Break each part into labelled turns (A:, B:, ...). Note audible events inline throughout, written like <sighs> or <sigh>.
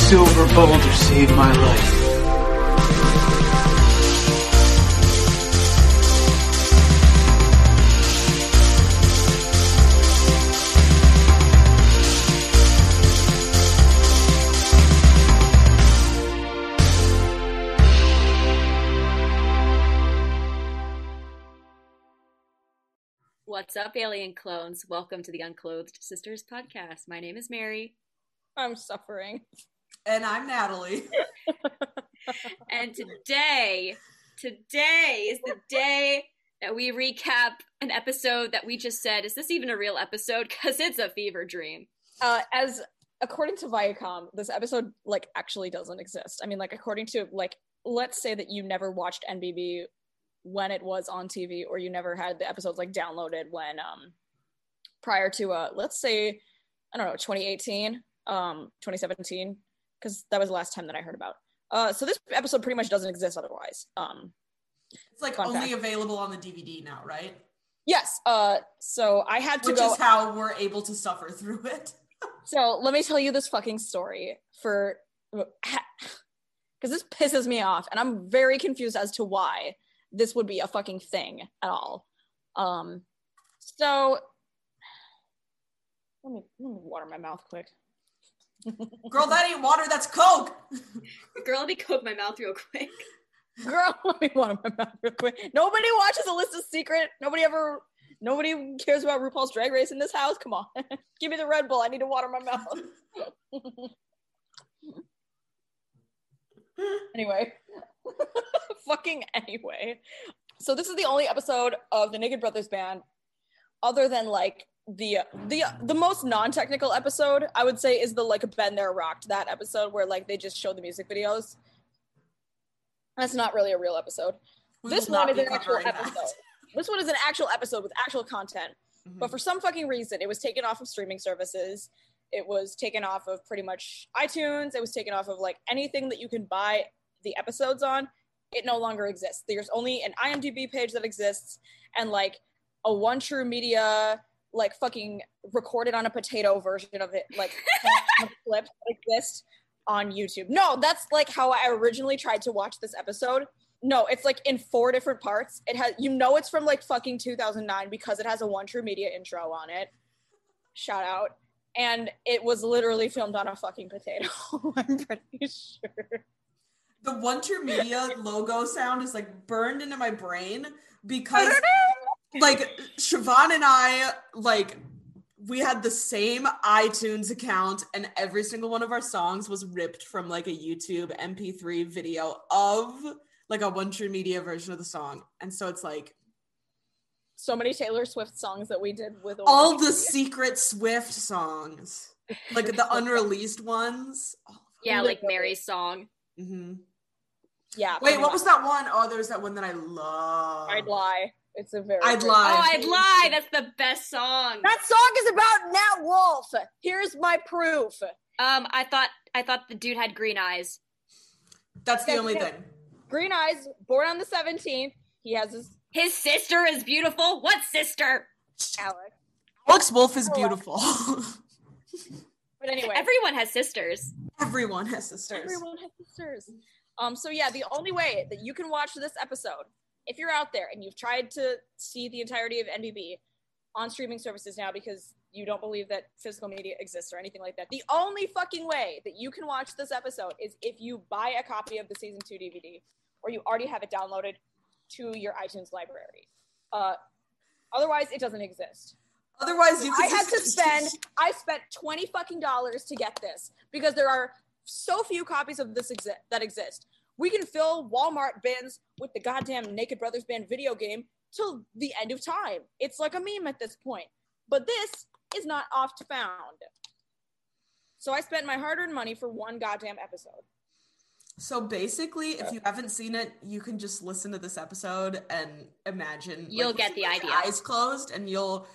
A: silver boulder saved my life.
B: What's up, alien clones? Welcome to the Unclothed Sisters podcast. My name is Mary,
C: I'm suffering.
D: And I'm Natalie. <laughs>
B: and today, today is the day that we recap an episode that we just said, is this even a real episode? Because it's a fever dream.
C: Uh, as according to Viacom, this episode like actually doesn't exist. I mean, like according to like, let's say that you never watched NBB when it was on TV, or you never had the episodes like downloaded when um prior to uh, let's say I don't know 2018, um 2017, because that was the last time that I heard about. Uh, so this episode pretty much doesn't exist otherwise. Um,
D: It's like
C: Fun
D: only
C: fact.
D: available on the DVD now, right?
C: yes. Uh, so I had to
D: Which
C: go
D: is how we're able to suffer through
C: <laughs>
D: it.
C: So let me tell you this fucking story for because this pisses me off, and I'm very confused as to why this would be a fucking thing at all. Um, so let me let me water my mouth quick.
D: Girl, that ain't water, that's Coke.
B: Girl, let me coat my mouth real quick.
C: Girl, <laughs> let me water my mouth real quick. Nobody watches a list of secret. Nobody ever. Nobody cares about RuPaul's Drag Race in this house. Come on, <laughs> give me the Red Bull. I need to water my mouth. <laughs> anyway, <laughs> fucking anyway. So this is the only episode of the Naked Brothers band, other than like the the the most non-technical episode I would say is the like Ben there rocked that episode where like they just show the music videos. That's not really a real episode.
D: We
C: this
D: will not
C: one is
D: be
C: an actual
D: covering that.
C: episode. This one is an actual episode with actual content.
D: Mhm.
C: But for some fucking reason, it was taken off of streaming services. It was taken off of pretty much iTunes. It was taken off of like anything that you can buy the episodes on. It no longer exists. There's only an IMDb page that exists and like a one true media, like fucking recorded on a potato version of it, like
D: <laughs>
C: clips that exist on YouTube. No, that's like how I originally tried to watch this episode. No, it's like in four different parts. It has you know it's from like fucking 2009 because it has a One True Media intro on it. Shout out. And it was literally filmed on a fucking potato. <laughs> I'm pretty sure.
D: the One
C: <laughs>
D: True Media logo sound is like burned into my brain because like Siobhan and I like we had the same iTunes account and every single one of our songs was ripped from like a YouTube MP3 video of like a One True Media version of the song. And so it's like
C: So many Taylor Swift songs that we did with <laughs>
D: all the secret Swift songs, like the unreleased ones.
B: Yeah, like
C: Literally.
B: Mary's song.
D: hmm
C: yeah.
D: Wait,
C: pretty
D: what
C: much.
D: was that one? Oh, there was that one that I love.
C: I'd lie. It's a very
D: I'd
C: good-
D: lie.
B: Oh, I'd lie. That's the best song.
C: That song is about Nat Wolf. Here's my proof.
B: Um, I thought I thought the dude had green eyes.
D: That's the
C: That's
D: only
C: it.
D: thing.
C: Green Eyes, born on the 17th. He has his
B: His sister is beautiful. What sister?
C: Alex.
D: Alex Wolf is beautiful. <laughs>
C: But anyway,
B: Everyone has sisters.
D: Everyone has sisters.
C: Everyone has sisters. Um, so yeah, the only way that you can watch this episode, if you're out there and you've tried to see the entirety of NBB on streaming services now because you don't believe that physical media exists or anything like that, the only fucking way that you can watch this episode is if you buy a copy of the season two DVD or you already have it downloaded to your iTunes library. Uh, otherwise, it doesn't exist.
D: Otherwise, you. Could
C: I had to
D: <laughs>
C: spend I spent 20 fucking dollars to get this because there are so few copies of this exi- that exist. We can fill Walmart bins with the goddamn Naked Brothers Band video game till the end of time. It's like a meme at this point. But this is not oft found. So I spent my hard-earned money for one goddamn episode.
D: So basically, if you haven't seen it, you can just listen to this episode and imagine. like,
B: You'll get
D: with
B: the
D: your
B: idea.
D: Eyes closed, and you'll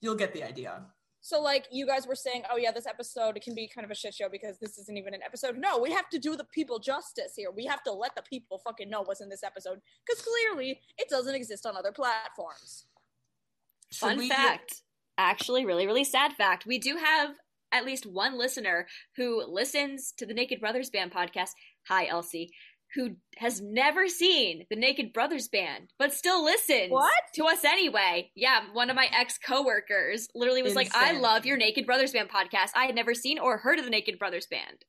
D: you'll get the idea.
C: So like you guys were saying, oh yeah, this episode can be kind of a shit show because this isn't even an episode. No, we have to do the people justice here. We have to let the people fucking know what's in this episode because clearly it doesn't exist on other platforms.
D: Should
B: Fun
D: we-
B: fact. Actually, really, really sad fact. We do have at least one listener who listens to the Naked Brothers Band podcast. Hi, Elsie. Who has never seen the Naked Brothers Band, but still listens
C: What?
B: to us anyway. Yeah, one of my ex coworkers literally was like, "I
D: Insane.
B: love your Naked Brothers Band podcast. I had never seen or heard of the Naked Brothers Band."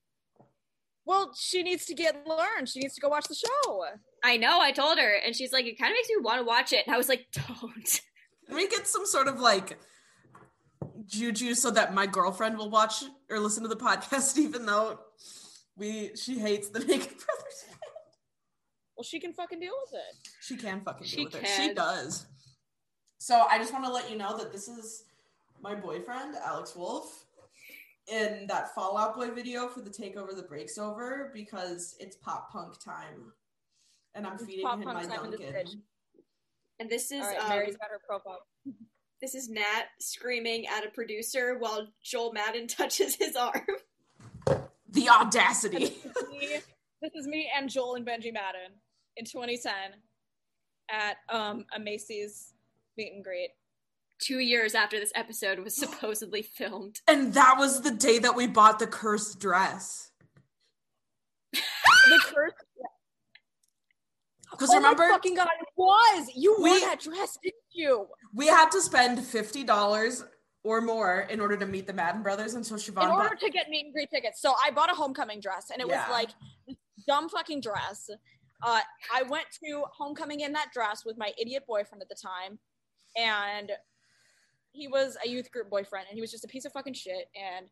C: Well, she needs to get learned. She needs to go watch the show.
B: I know. I told her, and she's like, "It kind of makes me want to watch it." And I was like, "Don't."
D: Can we get some sort of like juju so that my girlfriend will watch or listen to the podcast, <laughs> even though we she hates the <laughs> Naked Brothers?
C: Well, she can fucking deal with it.
D: She can fucking
B: She
D: deal with it. She
B: can.
D: does. So I just want to let you know that this is my boyfriend, Alex Wolf, in that Fallout Boy video for the Takeover the Breaks Over because it's pop punk time. And I'm feeding
C: pop
D: him
C: punk
D: my
C: time in this
D: Dunkin'.
C: bitch.
B: And this is
C: All right,
B: um,
C: Mary's got her profile.
B: This is Nat screaming at a producer while Joel Madden <laughs> touches his arm.
D: The audacity. <laughs>
C: Me- this is me and Joel and Benji Madden in 2010 at um, a Macy's meet and greet.
B: Two years after this episode <gasps> was supposedly filmed.
D: and that was the day that we bought the cursed dress.
C: The first,
D: Because
C: oh
D: remember,
C: my fucking god, it was you wore
D: We-
C: that dress, didn't you?
D: we had to spend $50 or more in order to meet the Madden brothers. And so Siobhan
C: in
D: bought-
C: order to get meet and greet tickets. So I bought a homecoming dress, and it
D: Yeah.
C: was like this dumb fucking dress. Uh, I went to homecoming in that dress with my idiot boyfriend at the time, and he was a youth group boyfriend, and he was just a piece of fucking shit. And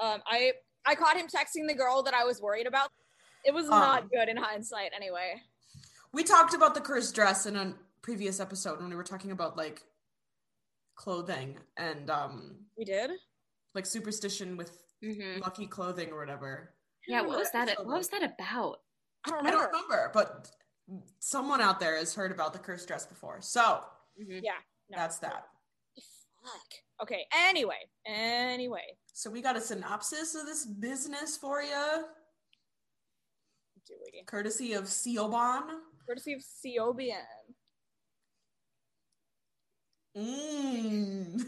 C: um, I I caught him texting the girl that I was worried about. It was
D: Um.
C: not good in hindsight, anyway.
D: We talked about the cursed dress in a previous episode when we were talking about like clothing and um
C: We did.
D: like superstition with lucky clothing or whatever.
B: Mm-hmm. Yeah, what was that?
D: So
B: What was that about?
C: I don't remember.
D: I don't remember, but someone out there has heard about the cursed dress before. So
C: Mm-hmm. No.
D: that's that.
C: Fuck. Okay. Anyway. Anyway.
D: So we got a synopsis of this business for you,
C: Do we?
D: courtesy of Seobon.
C: Courtesy of COBN.
D: Mmm.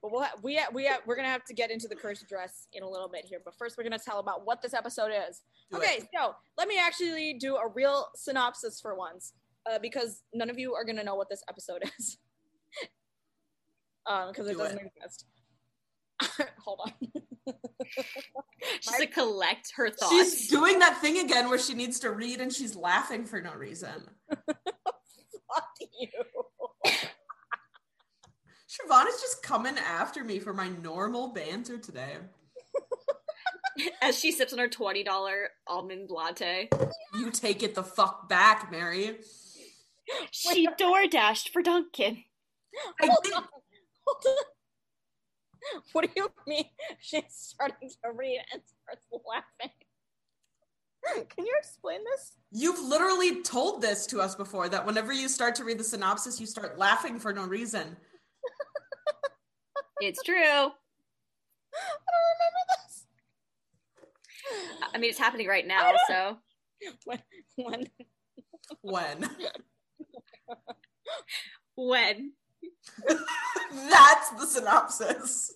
C: But we'll ha- we ha- we ha- we're gonna have to get into the cursed dress in a little bit here. But first, we're gonna tell about what this episode is.
D: Do it.
C: okay, so let me actually do a real synopsis for once, uh, because none of you are gonna know what this episode <laughs> is, because it
D: Do
C: doesn't exist. <laughs> Hold on. <laughs>
B: She's to collect her thoughts.
D: She's
B: <laughs>
D: doing that thing again where she needs to read and she's laughing for no reason.
C: Fuck you.
D: Siobhan is just coming after me for my normal banter today.
B: As she sips on her twenty dollar almond latte.
D: You take it the fuck back, Mary.
B: She door dashed for Duncan.
D: I
C: Hold
D: did-
C: on. Hold on. What do you mean? <laughs> She's starting to read and starts laughing. <laughs> Can you explain this?
D: You've literally told this to us before that whenever you start to read the synopsis, you start laughing for no reason.
B: It's true.
C: I don't remember this.
B: I mean, it's happening right now. So
C: When
B: <laughs>
D: When?
B: when?
D: <laughs> That's the synopsis.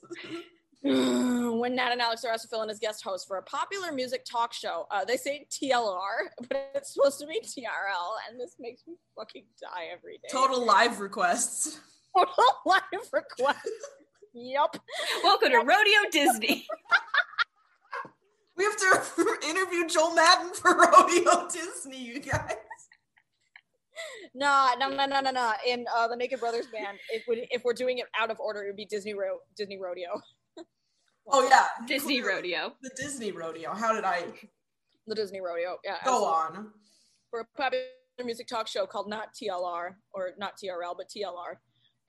C: <laughs> when Nat and Alex are asked to fill in as guest host for a popular music talk show, uh, they say TLR, <laughs> but it's supposed to be TRL, and this makes me fucking die every day.
D: Total live requests.
C: Total <laughs> live request. yep.
B: Welcome to <laughs> Rodeo Disney.
D: We have to <laughs> interview Joel Madden <laughs> for Rodeo Disney, you guys.
C: Nah, no, no, no, no, no. In uh, the Naked Brothers band, if, we, if we're doing it out of order, it would be Disney Ro- Disney Rodeo,
D: Oh, yeah.
B: Disney
D: Clearly.
B: Rodeo.
D: The Disney Rodeo. How did I
C: the Disney Rodeo. Yeah.
D: go on?
C: for a popular music talk show called Not TLR or not TRL but TLR,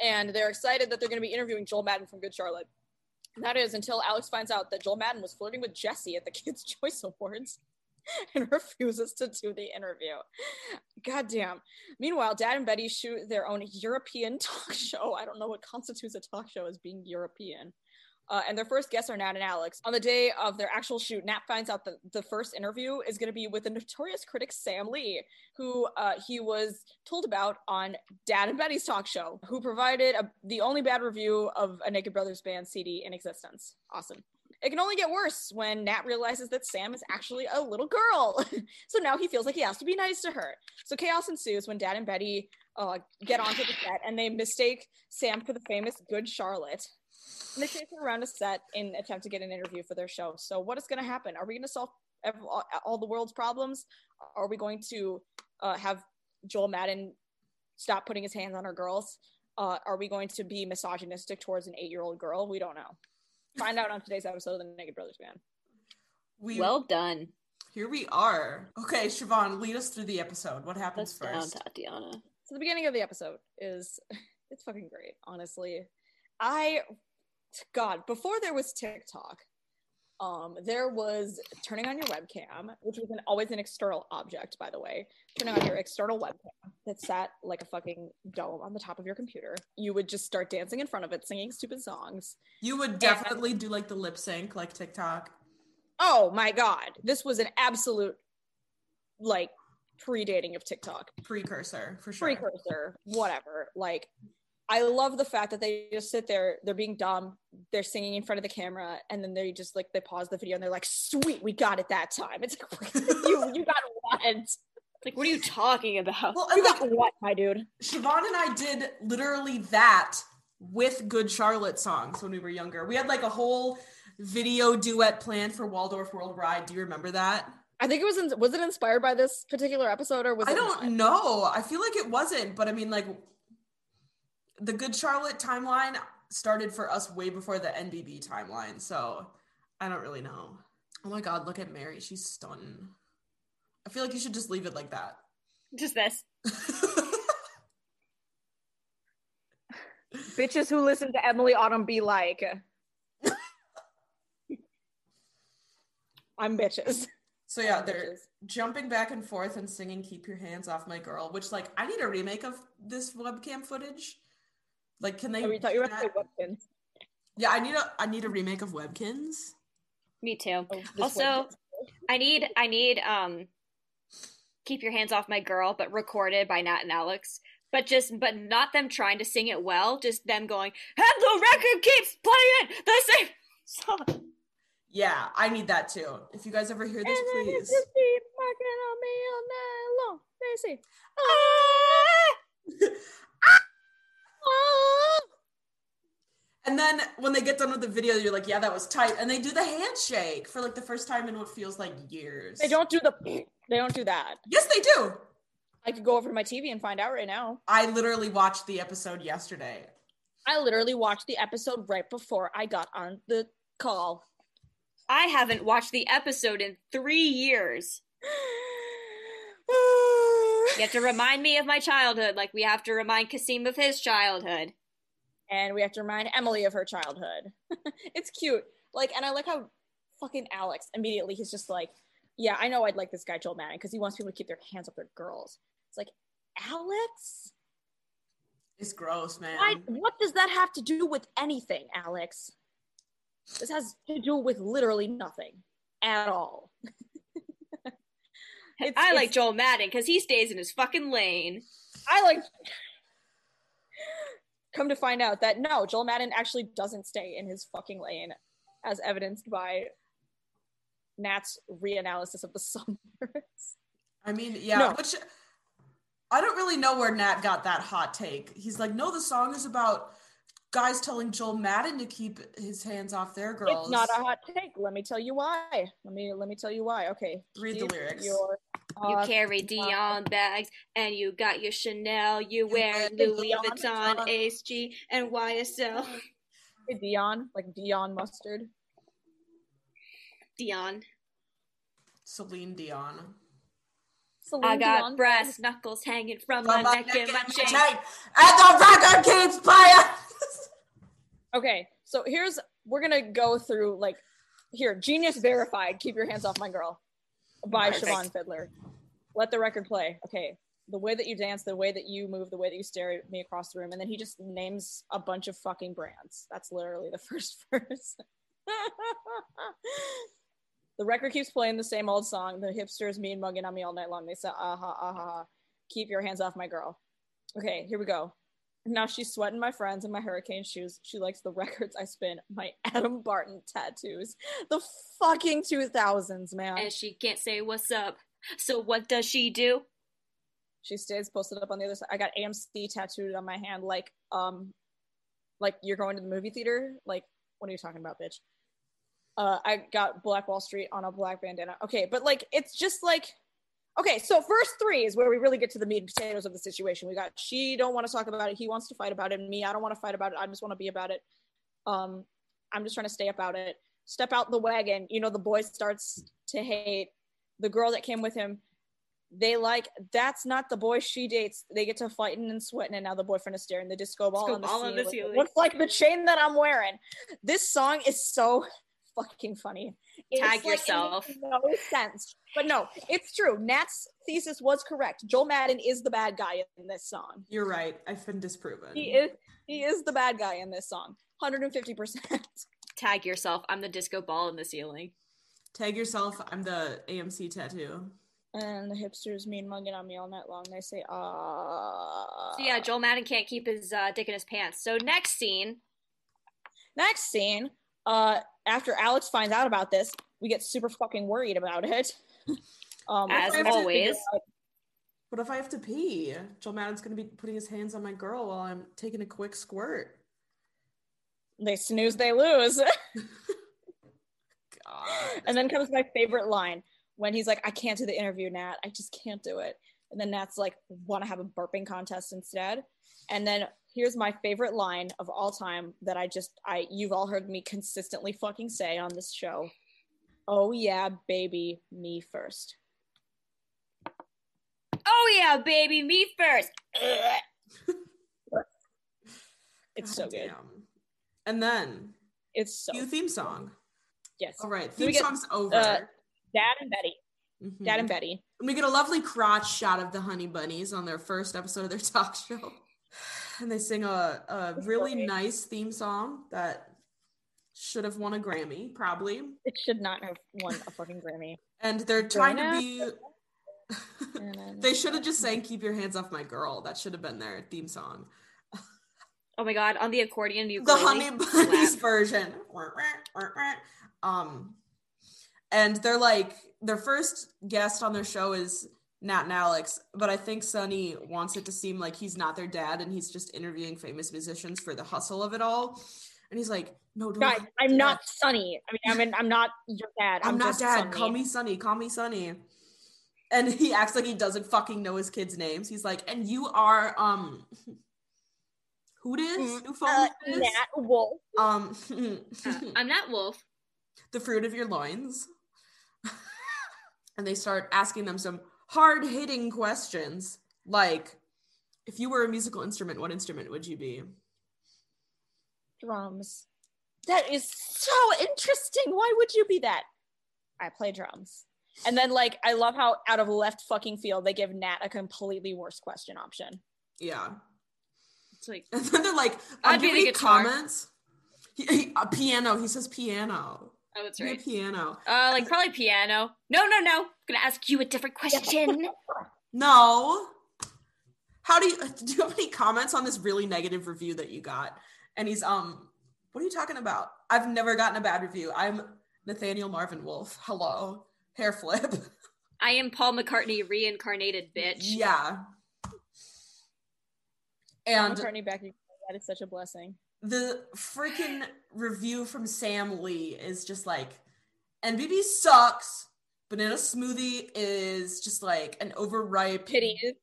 C: and they're excited that they're going to be interviewing Joel Madden from Good Charlotte. And that is until Alex finds out that Joel Madden was flirting with Jesse at the Kids <laughs> Choice Awards and refuses to do the interview. Goddamn. Meanwhile, Dad and Betty <laughs> shoot their own European talk show. I don't know what constitutes a talk show as being European. Uh, and their first guests are Nat and Alex. On the day of their actual shoot, Nat finds out that the first interview is going to be with the notorious critic Sam Lee, who uh, he was told about on Dad and Betty's talk show, who provided a, the only bad review of a Naked Brothers band CD in existence. Awesome. It can only get worse when Nat realizes that Sam is actually a little girl. <laughs> so now he feels like he has to be nice to her. So chaos ensues when Dad and Betty uh, get onto the set and they mistake Sam for the famous Good Charlotte. And they chase her around a set in an attempt to get an interview for their show. So what is going to happen? Are we going to solve ev- all, all the world's problems? Are we going to uh, have Joel Madden stop putting his hands on our girls? Uh, are we going to be misogynistic towards an eight-year-old girl? We don't know. Find out on today's episode of the Naked Brothers Band.
D: We
B: Well done.
D: here we are. Okay, Siobhan, lead us through the episode. What happens
B: That's down,
D: first?
B: Tatiana.
C: So the beginning of the episode is <laughs> it's fucking great, honestly. I God, before there was TikTok, um, there was turning on your webcam, which was an, always an external object, by the way. Turning on your external webcam that sat like a fucking dome on the top of your computer. You would just start dancing in front of it, singing stupid songs.
D: You would definitely do like the lip sync, like TikTok.
C: Oh my god, this was an absolute like predating of TikTok.
D: Precursor for sure.
C: precursor, whatever. Like, I love the fact that they just sit there, they're being dumb, they're singing in front of the camera, and then they just like they pause the video and they're like, "Sweet, we got it that time." It's <laughs> like you, you got what?
B: It's like, what are you talking about?
D: Well,
C: You
D: and
C: <laughs>
D: like
C: got what, my dude?
D: Siobhan and I did literally that with Good Charlotte songs when we were younger. We had like a whole video duet planned for Waldorf World Ride. Do you remember that?
C: I think it was in, was it inspired by this particular episode or was it
D: I don't
C: not?
D: know. I feel like it wasn't, but I mean, like, the Good Charlotte timeline started for us way before the NBB timeline. So I don't really know. Oh my God, look at Mary. She's stunning. I feel like you should just leave it like that. <laughs>
B: Just this.
C: Bitches who listen to Emily Autumn be <laughs> like, I'm bitches.
D: so yeah,
C: I'm
D: they're
C: bitches.
D: jumping back and forth and singing Keep Your Hands Off My Girl, which, like, I need a remake of this webcam footage. Like, can they?
C: Oh, you thought you were
D: do
C: about to say
D: that?
C: Webkins.
D: yeah, I need a I need a remake of Webkins.
B: Me too.
C: Oh, this
B: Also,
C: Webkins.
B: I need I need um keep your hands off my girl, but recorded by Nat and Alex. But just but not them trying to sing it well, just them going, and the record keeps playing the same song.
D: Yeah, I need that too. If you guys ever hear this,
C: And then it's
D: please.
C: just keep working on me all night long. They say, "Ah."
D: And then when they get done with the video, you're like, yeah, that was tight. And they do the handshake for like the first time in what feels like years.
C: They don't do the. <clears throat> They don't do that.
D: Yes, they do.
C: I could go over to my TV and find out right now.
D: I literally watched the episode yesterday.
C: I literally watched the episode right before I got on the <sighs> call.
B: I haven't watched the episode in three years. You have to remind me of my childhood, like we have to remind Kasim of his childhood.
C: and we have to remind Emily of her childhood. <laughs> it's cute. Like, and I like how fucking Alex immediately he's just like, yeah, I know I'd like this guy Joel Madden because he wants people to keep their hands off their girls. It's like, Alex,
D: It's gross, man.
C: Why, what does that have to do with anything, Alex? This has to do with literally nothing at all. <laughs> It's-
B: I like
C: it's-
B: Joel Madden because he stays in his fucking lane.
C: I like. Come to find out that no, Joel Madden actually doesn't stay in his fucking lane, as evidenced by Nat's reanalysis of the <laughs> summers.
D: I mean, yeah,
C: No.
D: which I don't really know where Nat got that hot take. He's like, no, the song is about guys telling Joel Madden to keep his hands off their girls.
C: It's not a hot take. Let me tell you why. Let me let me tell you why. Okay,
D: Read the
C: keep
D: lyrics.
C: Your,
B: You
C: uh,
B: carry Dion bags and you got your Chanel. You wear
D: wear
B: Louis
D: Louis
B: Vuitton,
D: Vuitton.
B: HG, and YSL.
C: Dion, like Dion mustard.
B: Dion.
D: Celine Dion.
C: Celine
B: I got
C: Dion.
B: brass knuckles hanging from
D: From
B: my neck and my chain.
D: chain. And the record keeps playing.
C: Okay, so here's we're gonna go through like here, Genius Verified, Keep Your Hands Off My Girl by
B: Perfect.
C: Siobhan Fiddler. Let the record play. Okay. the way that you dance, the way that you move, the way that you stare at me across the room, and then he just names a bunch of fucking brands. That's literally the <laughs> first verse. the record keeps playing the same old song. The hipsters mean mugging on me all night long. They say, aha, aha, keep your hands off my girl. Okay, here we go. Now she's sweating my friends in my hurricane shoes. She likes the records I spin, my Adam Barton tattoos. The fucking 2000s, man.
B: and she can't say what's up. So what does she do?
C: She stays posted up on the other side. I got AMC tattooed on my hand, like um, like you're going to the movie theater. Like, what are you talking about, bitch? Uh, I got Black Wall Street on a black bandana. Okay, but like it's just like, okay. So first three is where we really get to the meat and potatoes of the situation. We got she don't want to talk about it. He wants to fight about it. and Me, I don't want to fight about it. I just want to be about it. Um, I'm just trying to stay about it. Step out the wagon. You know, the boy starts to hate the girl that came with him they like that's not the boy she dates. They get to fighting and sweating, and now the boyfriend is staring the disco ball
B: Disco
C: on the
B: ball on
C: ceiling.
B: the
C: with-
B: ceiling.
C: Looks like the chain that I'm wearing. This song is so fucking funny. It's
B: Tag
C: like, it makes
B: yourself.
C: No sense, but no, it's true. Nat's thesis was correct. Joel Madden is the bad guy in this song.
D: You're right. I've been disproven.
C: He is he is the bad guy in this song. Hundred and fifty percent. <laughs>
B: Tag yourself. I'm the disco ball in the ceiling.
D: Tag yourself. I'm the AMC tattoo.
C: And the hipsters mean mugging on me all night long. They say, ah.
B: So yeah, Joel Madden can't keep his uh, dick in his pants. So next scene,
C: Next scene, uh, after Alex finds out about this, we get super fucking worried about it. <laughs> um,
B: as
D: I have to
B: always,
D: What if I have to pee? Joel Madden's gonna be putting his hands on my girl while I'm taking a quick squirt.
C: they snooze, they lose.
D: God.
C: and then comes my favorite line when he's like, I can't do the interview, Nat. I just can't do it. And then Nat's like, want to have a burping contest instead. And then here's my favorite line of all time that I just, I, you've all heard me consistently fucking say on this show. Oh yeah, baby, me first.
B: oh yeah, baby, me first. Ugh.
C: <gasps> It's
D: God
C: so good.
D: damn. And then
C: It's so
D: new theme song.
C: yes.
D: All right,
C: Then we get,
D: theme song's over.
C: uh, Dad and Betty.
D: Mhm.
C: Dad and Betty.
D: And we get a lovely crotch shot of the Honey Bunnies on their first episode of their <laughs> talk show. And they sing a, a really
C: great.
D: nice theme song that should have won a Grammy, probably.
C: It should not have won a fucking
D: <laughs>
C: Grammy.
D: And they're trying to
C: Gonna-
D: be. <laughs> they should have just sang Keep Your Hands Off My Girl. That should have been their theme song.
B: Oh my god, on the accordion you
D: the honey bunnies version um and they're like their first guest on their show is nat and alex but i think sonny wants it to seem like he's not their dad and he's just interviewing famous musicians for the hustle of it all and he's like no don't
C: Guys,
D: call me
C: I'm
D: dad.
C: not Sunny. I mean, I mean, I'm not your dad.
D: i'm, not
C: just
D: dad
C: Sunny.
D: call me sonny call me sonny and he <laughs> acts like he doesn't fucking know his kids names he's like and you are um <laughs> who this
C: Mm,
D: new
C: uh,
D: phone who dis?
C: Nat Wolf.
D: um
B: <laughs>
D: <laughs>
B: I'm not Wolf.
D: the fruit of your loins. <laughs> and they start asking them some hard hitting questions like, if you were a musical instrument, what instrument would you be?
C: Drums. That is so interesting. Why would you be that? I play drums. And then, like, I love how out of left fucking field they give Nat a completely worse question option.
D: Yeah. <laughs>
B: It's like
D: And then they're like,
B: I'd
D: uh, do
B: be
D: you
B: the
D: need
B: guitar.
D: comments? <laughs> He, he- uh, piano. He says piano.
B: oh, that's
D: Be a
B: right.
D: piano.
B: Uh, like probably piano. No, no, no. I'm gonna ask you a different
C: <laughs>
B: question.
D: No. How do you <laughs> do you have any comments on this really negative review that you got? And he's um, what are you talking about? I've never gotten a bad review. I'm Nathaniel Marvin Wolf. Hello. Hair flip.
B: I am Paul McCartney reincarnated, bitch.
D: <laughs> Yeah. And
C: McCartney back. That is such a blessing.
D: the freaking review from Sam Lee is just like, NBB sucks. Banana smoothie is just like an overripe
C: Pity is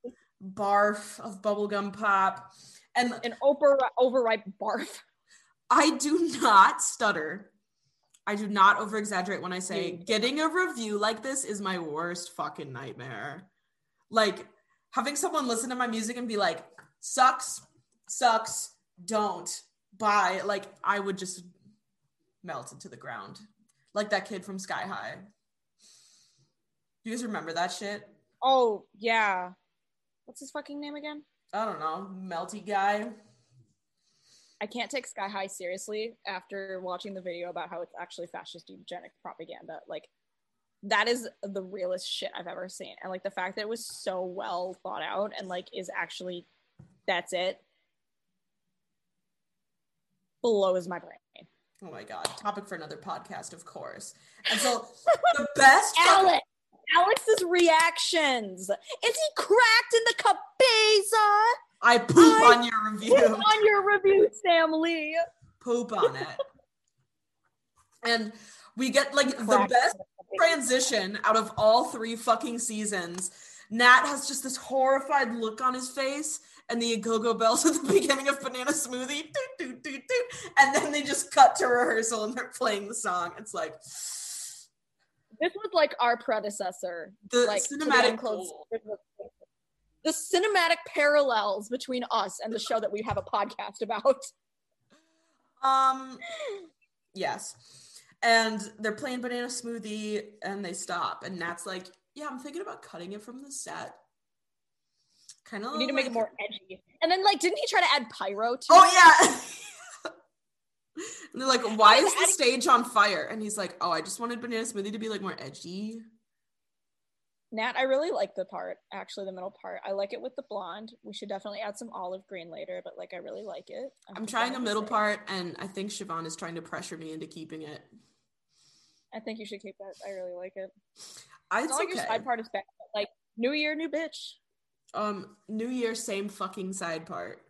D: barf of bubblegum pop. And
C: an over overripe barf. <laughs>
D: I do not stutter. I do not over exaggerate when I say
C: You-
D: getting a review like this is my worst fucking nightmare. Like having someone listen to my music and be like, sucks, sucks, don't, bye. Like I would just melt into the ground. Like that kid from Sky High. You guys remember that shit?
C: Oh yeah. What's his fucking name again?
D: I don't know, melty guy.
C: I can't take Sky High seriously after watching the video about how it's actually fascist eugenic propaganda. Like, that is the realest shit I've ever seen. And like the fact that it was so well thought out and like is actually that's it blows my brain.
D: Oh my god, topic for another podcast, of course. And so the
C: <laughs>
D: best fucking-
C: Alex, Alex's reactions. Is he cracked in the cabeza?
D: I poop
C: I-
D: on your
C: Put
D: review.
C: on your review, Sam Lee.
D: <laughs> poop on it. and we get like the
C: Cracked
D: best
C: in the cabeza.
D: transition out of all three fucking seasons. Nat has just this horrified look on his face, and the go-go bells <laughs> at the beginning of Banana Smoothie, doot, doot, doot, doot, and then they just cut to rehearsal and they're playing the song. It's like
C: This was like our predecessor.
D: the
C: Like to the
D: cinematic.
C: unclothed- the cinematic parallels between us and the show that we have a podcast about.
D: Um, yes. And they're playing Banana Smoothie and they stop. And Nat's like, Yeah, I'm thinking about cutting it from the set. Kind of
C: We need to make it more edgy. And then, like, didn't he try to add pyro to it?
D: Oh Oh, yeah. <laughs> and they're like, Why
C: I'm
D: is the
C: adding-
D: stage on fire? And he's like, Oh, I just wanted Banana Smoothie to be like more edgy.
C: Nat, I really like the part, actually, the middle part. I like it with the blonde. We should definitely add some olive green later, but like, I really like it.
D: I'm trying a
C: gonna
D: middle
C: say-
D: part, and I think Siobhan is trying to pressure me into keeping it.
C: I think you should keep that. I really like it.
D: I,
C: It's
D: it's
C: not like your
D: okay.
C: side part is bad. but, Like, new year, new bitch.
D: Um, New Year, same fucking side part.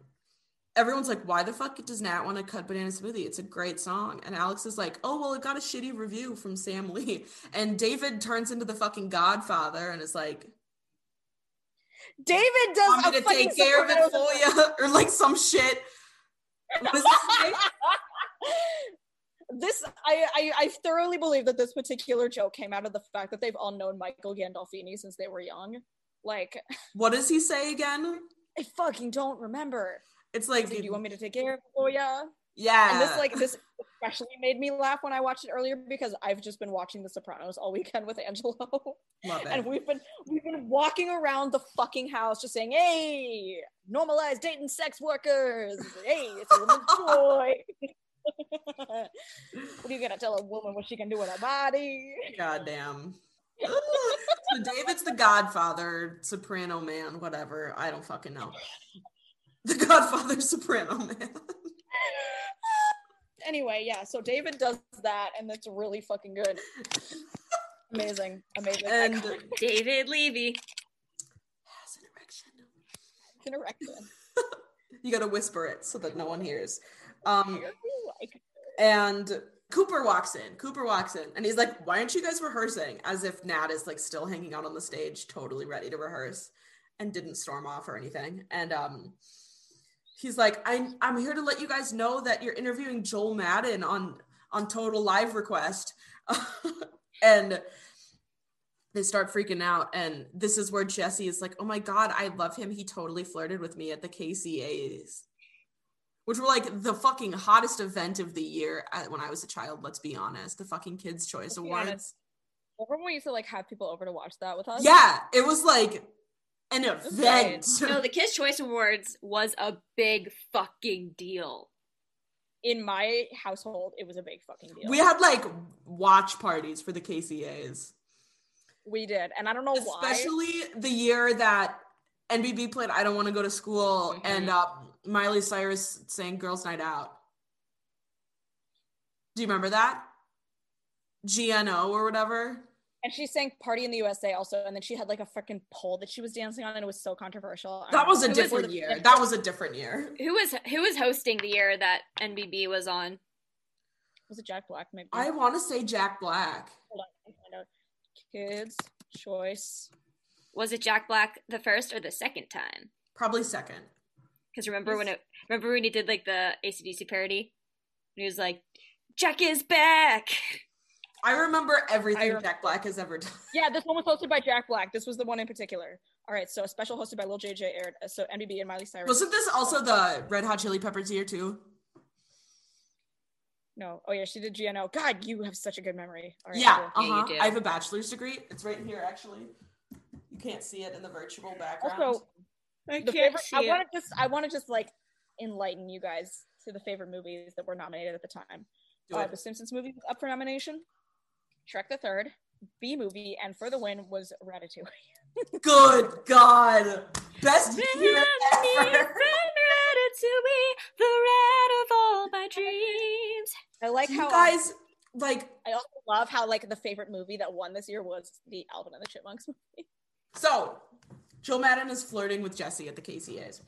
D: Everyone's like, why the fuck does Nat want to cut Banana Smoothie? It's a great song. And Alex is like, oh, well, it got a shitty review from Sam <laughs> Lee. And David turns into the fucking godfather and is like,
C: David does
D: I'm
C: a
D: going to
C: fucking
D: take care of it
C: Sopranos
D: for you. <laughs> Or like some shit. What does
C: <laughs>
D: it say?
C: this I, I I thoroughly believe that this particular joke came out of the fact that they've all known Michael Gandolfini since they were young. Like
D: what does he say again?
C: I fucking don't remember.
D: It's like,
C: Do you want me to take care of it for ya?
D: yeah.
C: And this like this especially made me laugh when I watched it earlier because I've just been watching The Sopranos all weekend with Angelo, <laughs>
D: Love it.
C: and we've been we've been walking around the fucking house just saying, "Hey, normalize dating sex workers. Hey, it's a
D: <laughs>
C: woman's joy." <laughs> what are you gonna tell a woman what she can do with her body?
D: Goddamn. <laughs> so David's the Godfather, Soprano man, whatever. I don't fucking know. The Godfather, <laughs> Soprano man.
C: anyway, yeah. So David does that, and that's really fucking good. Amazing, amazing. <laughs>
D: and
C: I got
B: David Levy.
D: has an erection.
C: an erection.
D: You gotta whisper it so that no one hears. Um,
C: Like,
D: and Cooper walks in. Cooper walks in, and he's like, "Why aren't you guys rehearsing?" As if Nat is like still hanging out on the stage, totally ready to rehearse, and didn't storm off or anything. And um, he's like, "I'm I'm here to let you guys know that you're interviewing Joel Madden on on Total Live Request," <laughs> and they start freaking out. And this is where Jesse is like, "Oh my god, I love him. He totally flirted with me at the KCAs." which were like the fucking hottest event of the year at- when I was a child. Let's be honest, the fucking Kids Choice
C: Let's be
D: Awards.
C: honest. remember when we used to like have people over to watch that with us?
D: Yeah, it was like an
C: was
D: event.
B: No, the Kids Choice Awards was a big fucking deal.
C: In my household, it was a big fucking deal.
D: we had like watch parties for the KCAs,
C: we did, and I don't know
D: Oh,
C: why.
D: especially the year that NBB played "I Don't Want to Go to School"
B: Mhm.
D: and uh, Miley Cyrus sang "Girls' Night Out." Do you remember that? GNO or whatever.
C: And she sang "Party in the USA" also, and then she had like a fucking pole that she was dancing on, and it was so controversial. I
D: That was a
C: remember-
D: different year. That was a different year.
B: Who was who was hosting the year that NBB was on?
C: was it Jack Black? Maybe
D: I want to say Jack Black.
C: Hold on, I know. Kids Choice.
B: Was it Jack Black the first or the second time?
D: Probably second.
B: Because remember when it remember when he did like the ACDC parody? And he was like, Jack is back.
D: I remember everything
C: I remember.
D: Jack Black has ever done.
C: Yeah, this one was hosted by Jack Black. This was the one in particular. All right, so a special hosted by Lil JJ aired. uh, So NBB and Miley Cyrus.
D: Wasn't this also the Red Hot Chili Peppers year too?
C: no. Oh yeah, she did GNO. God, you have such a good memory. All right,
D: yeah,
C: cool.
B: Yeah, you
D: uh-huh.
B: do.
D: I have a bachelor's degree. It's right here actually. You can't see it in the virtual background.
C: Also,
E: I
C: the
E: can't
C: favorite,
E: see
C: I
E: it.
C: want to just I want to just like enlighten you guys to the favorite movies that were nominated at the time.
D: Do
C: Uh,
D: it.
C: the Simpsons movie was up for nomination. Shrek the Third, B movie, and for the win was Ratatouille.
D: Good God. Best year ever.
B: Ratatouille, the rat of all my dreams.
C: I like
D: Do you
C: how um,
D: guys like
C: I also love how like the favorite movie that won this year was the Alvin and the Chipmunks movie.
D: so Joe Madden is flirting with Jesse at the KCAs.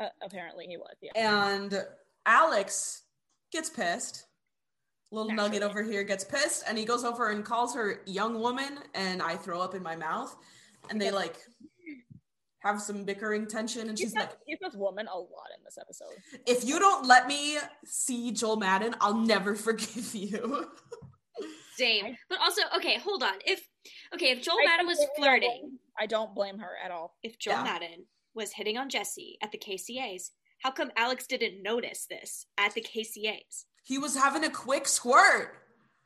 C: Uh, apparently he was. Yeah.
D: And Alex gets pissed. Little nugget
C: Naturally.
D: over here gets pissed and he goes over and calls her young woman and I throw up in my mouth and they like have some bickering tension and
C: He
D: she's
C: says,
D: like
C: he says woman a lot in this episode.
D: if you don't let me see Joel Madden, I'll never <laughs> forgive you.
B: Same. But also, okay, hold on. If okay, if Joel Madden was
C: completely don't
B: flirting,
C: blame- I don't blame her at all.
B: if Joel
D: Yeah.
B: Madden was hitting on Jesse at the KCAs, how come Alex didn't notice this at the KCAs?
D: he was having a quick squirt.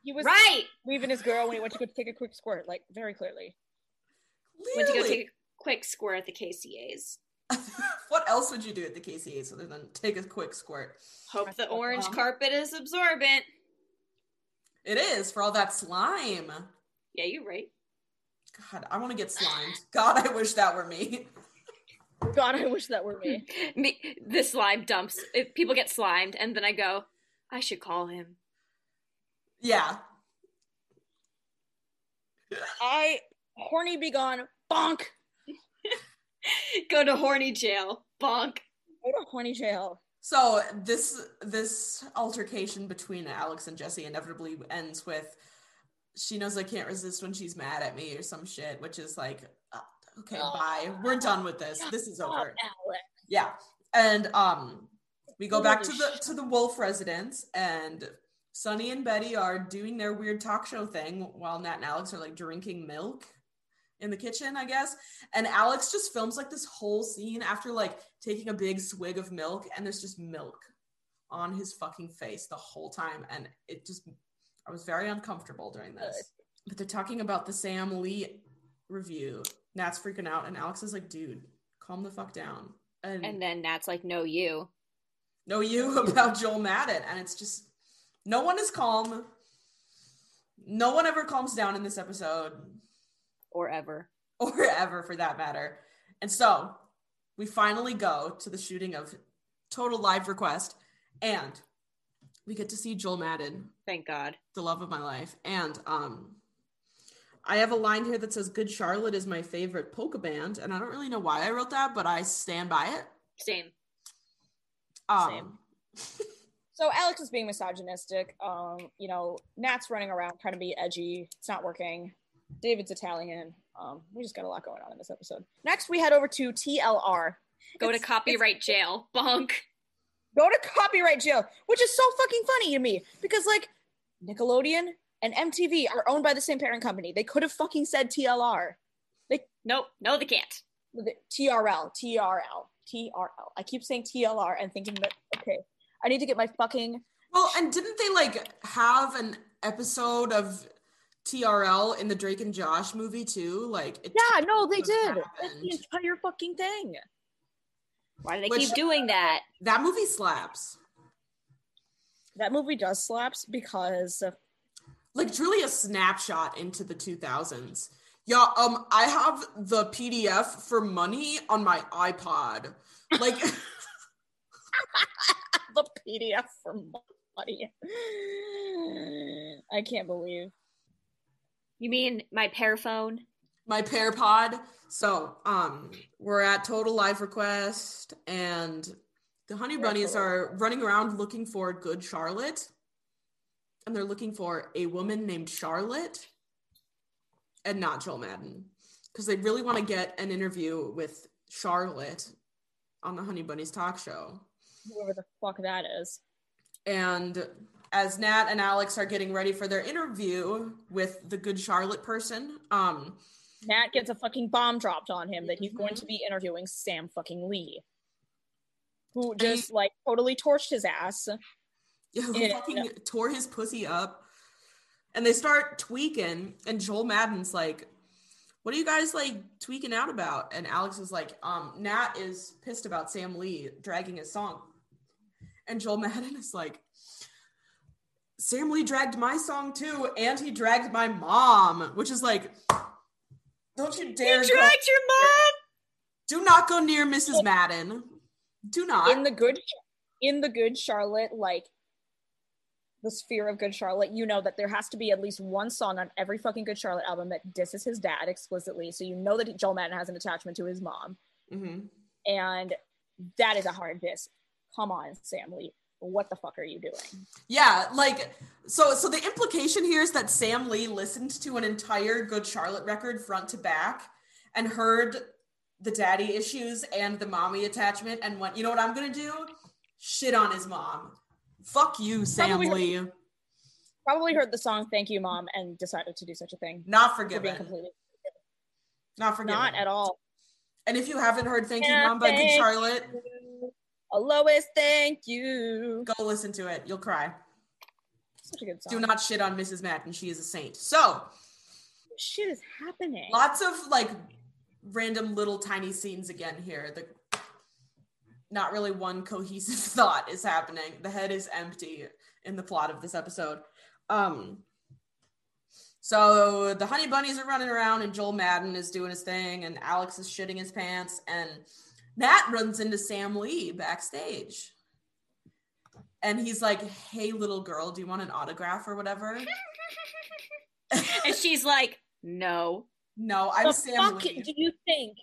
C: He was
B: right.
C: leaving his girl when he went to go take a quick squirt, like very clearly.
B: Went to go
D: Clearly.
B: take a quick score at the KCAs.
D: what else would you do at the KCAs other than take a quick squirt?
B: Hope the orange
C: Wow.
B: carpet is absorbent.
D: It is for all that slime.
B: Yeah, you're right.
D: God, I want to get slimed.
B: <laughs>
D: God, I wish that were me.
C: God, I wish that were
D: <laughs>
C: me.
B: Me, the slime dumps. If people get slimed, and then I go, I should call him.
D: Yeah.
C: I horny be gone bonk.
B: Go to horny jail. Bonk.
C: Go to horny jail.
D: So this this altercation between Alex and Jesse inevitably ends with she knows I can't resist when she's mad at me or some shit, which is like uh, okay,
C: Oh.
D: bye. We're done with this. This is
C: Oh,
D: over.
C: Alex.
D: Yeah. And um we go back to
C: Holy
D: the to the Wolf residence and Sonny and Betty are doing their weird talk show thing while Nat and Alex are like drinking milk in the kitchen, I guess. And Alex just films like this whole scene after like taking a big swig of milk and there's just milk on his fucking face the whole time and it just I was very uncomfortable during this. But they're talking about the Sam Lee review. Nat's freaking out and Alex is like, "Dude, calm the fuck down." And,
B: And then Nat's like, No, you.
D: know you <laughs> about Joel Madden. And it's just no one is calm. No one ever calms down in this episode <laughs>
B: Or ever.
D: or ever for that matter. And so we finally go to the shooting of Total Live Request and we get to see Joel Madden,
B: Thank God.
D: the love of my life. And um I have a line here that says Good Charlotte is my favorite polka band. And I don't really know why I wrote that, but I stand by it.
B: Same.
D: Um,
C: Same. So Alex is being misogynistic. Um, you know, Nat's running around trying to be edgy. It's not working. David's Italian. Um, we just got a lot going on in this episode. Next, we head over to TLR.
B: Go
C: It's-
B: to copyright jail. Bonk.
C: Go to copyright jail, which is so fucking funny to me because like Nickelodeon and MTV are owned by the same parent company. They could have fucking said TLR,
B: Nope. No, they can't.
C: The- TRL, TRL, TRL. I keep saying TLR and thinking that okay, I need to get my fucking
D: Well, and didn't they like have an episode of TRL in the Drake and Josh movie too? Like, it
C: yeah. No, they did.
D: happened.
C: That's the entire fucking thing.
B: Why do they
D: Which-
B: keep doing that?
D: that movie slaps.
C: That movie does slaps because
D: Like, truly a snapshot into the 2000s. Yeah, um, I have the PDF for money on my iPod. Like, <laughs>
C: the PDF for money. I can't believe.
B: You mean my paraphone?
D: my pair pod. So, um, we're at Total Live Request, and the Honey Bunnies are running around looking for Good Charlotte, and they're looking for a woman named Charlotte, and not Joel Madden, because they really want to get an interview with Charlotte on the Honey Bunnies talk show.
C: Whoever the fuck that is.
D: And as Nat and Alex are getting ready for their interview with the Good Charlotte person, um,
C: Nat gets a fucking bomb dropped on him that he's going to be interviewing Sam fucking Lee. Who just like totally torched his ass.
D: Yeah, who
C: Yeah.
D: fucking tore his pussy up. And they start tweaking, and Joel Madden's like, what are you guys like tweaking out about? And Alex was like, um, Nat is pissed about Sam Lee dragging his song. And Joel <laughs> Madden is like, Sam Lee dragged my song too, and he dragged my mom, which is like, don't you
B: You
D: dare.
B: dragged
D: go-
B: your mom.
D: Do not go near Mrs. Madden. Do not.
C: in the good in the good charlotte like the sphere of good charlotte you know that there has to be at least one song on every fucking good charlotte album that disses his dad explicitly so you know that joel madden has an attachment to his mom
D: Mhm.
C: and that is a hard diss come on sam lee what the fuck are you doing
D: Yeah, like so so the implication here is that Sam Lee listened to an entire Good Charlotte record front to back and heard the daddy issues and the mommy attachment and went, you know what I'm gonna do? Shit on his mom. Fuck you, Sam
C: Probably-
D: Lee.
C: probably heard the song thank you mom and decided to do such a thing
D: Not
C: for being
D: forgiven.
C: completely
D: Not forgiven.
C: not at all
D: and if you haven't heard Thank You
C: Yeah,
D: Mom by Good
C: thank
D: Charlotte,
C: oh, lois thank you
D: go listen to it. You'll cry.
C: such a good song
D: Do not shit on Mrs. Madden. She is a saint. So
C: shit is happening
D: lots of like random little tiny scenes again here the not really one cohesive <laughs> thought is happening the head is empty in the plot of this episode um so the honey bunnies are running around and joel madden is doing his thing and alex is shitting his pants and nat runs into sam lee backstage and he's like hey little girl do you want an autograph
C: <laughs>
D: or whatever
B: and she's like, no.
D: no i'm
C: the
D: sam
C: fuck
D: lee
C: do you think?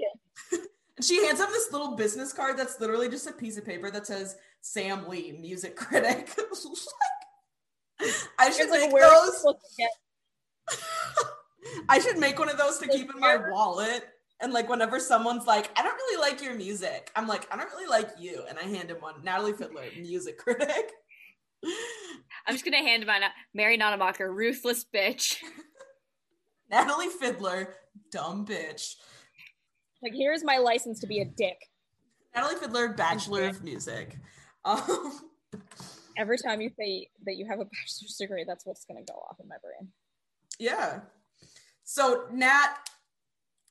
D: And she hands him this little business card that's literally just a piece of paper that says Sam Lee, music critic. <laughs> Like, I should
C: It's like
D: make
C: where are you
D: those.
C: supposed to get
D: I should make one of those to keep in my
C: Where-
D: wallet. And like whenever someone's like, I don't really like your music, I'm like, I don't really like you. And I hand him one. Natalie Fiddler, music critic. <laughs>
B: I'm just gonna hand mine out. Mary Nonamaker, ruthless bitch.
D: Natalie Fiddler, dumb bitch.
C: like here's my license to be a dick.
D: Natalie Fiddler, Bachelor of Music. Um,
C: Every time you say that you have a <laughs> bachelor's degree, that's what's gonna go off in my brain.
D: Yeah. So Nat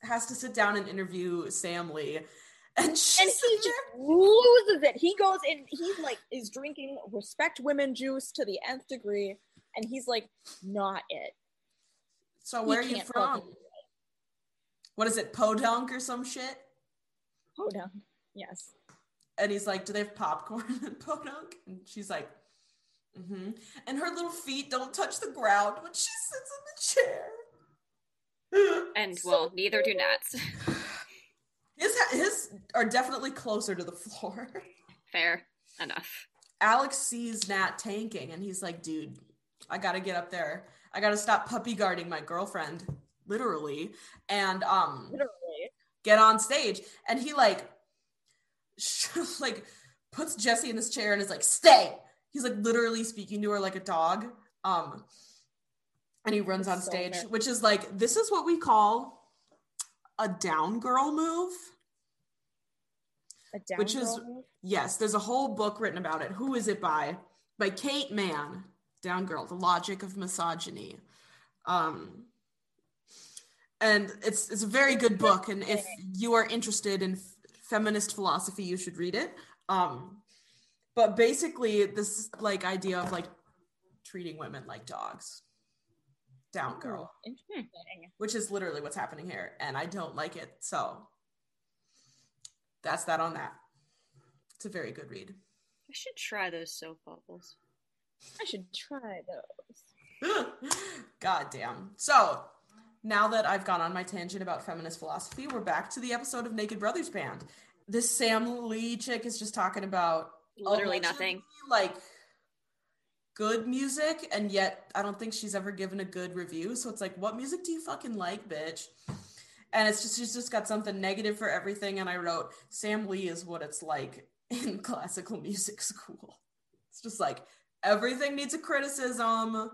D: has to sit down and interview Sam Lee. <laughs> And
C: And
D: she's
C: he just loses it. He goes and he's like is drinking respect women juice to the nth degree, and he's like, not it.
D: so
C: He
D: where are you
C: can't
D: from?
C: fucking do it.
D: What is it, Podunk or some shit?
C: Oh no. Yes.
D: And he's like, do they have popcorn in Podunk? And she's like, mm-hmm. And her little feet don't touch the ground when she sits in the chair. <laughs>
B: And well, neither do Nats.
D: His, his are definitely closer to the floor. <laughs>
B: Fair enough.
D: Alex sees Nat tanking and he's like, dude, I gotta get up there. I gotta stop puppy guarding my girlfriend, literally, and um
C: Literally.
D: get on stage. And he like <laughs> like puts Jesse in this chair and is like, stay. He's like literally speaking to her like a dog. Um and he runs on
C: So
D: stage,
C: embarrassing.
D: which is like, this is what we call a down girl move.
C: A down
D: Which
C: Which
D: is-
C: is
D: Yes, there's a whole book written about it. Who is it by? By Kate Mann, Down Girl, The Logic of Misogyny. Um, and it's it's a very good book. And if you are interested in f- feminist philosophy, you should read it. Um, but basically, this like idea of like treating women like dogs, down girl,
C: interesting.
D: which is literally what's happening here, and I don't like it. So that's that on that. It's a very good read. <gasps>
B: I should try those soap bubbles.
C: I should try those.
D: God damn. So now that I've gone on my tangent about feminist philosophy, we're back to the episode of Naked Brothers Band. This Sam Lee chick is just talking about
B: Oh, Literally
D: allegedly,
B: nothing.
D: Like good music, and yet I don't think she's ever given a good review. So it's like, what music do you fucking like, bitch? And it's just she's just got something negative for everything. And I wrote, Sam Lee is what it's like <laughs> in classical music school. It's just like everything needs a criticism.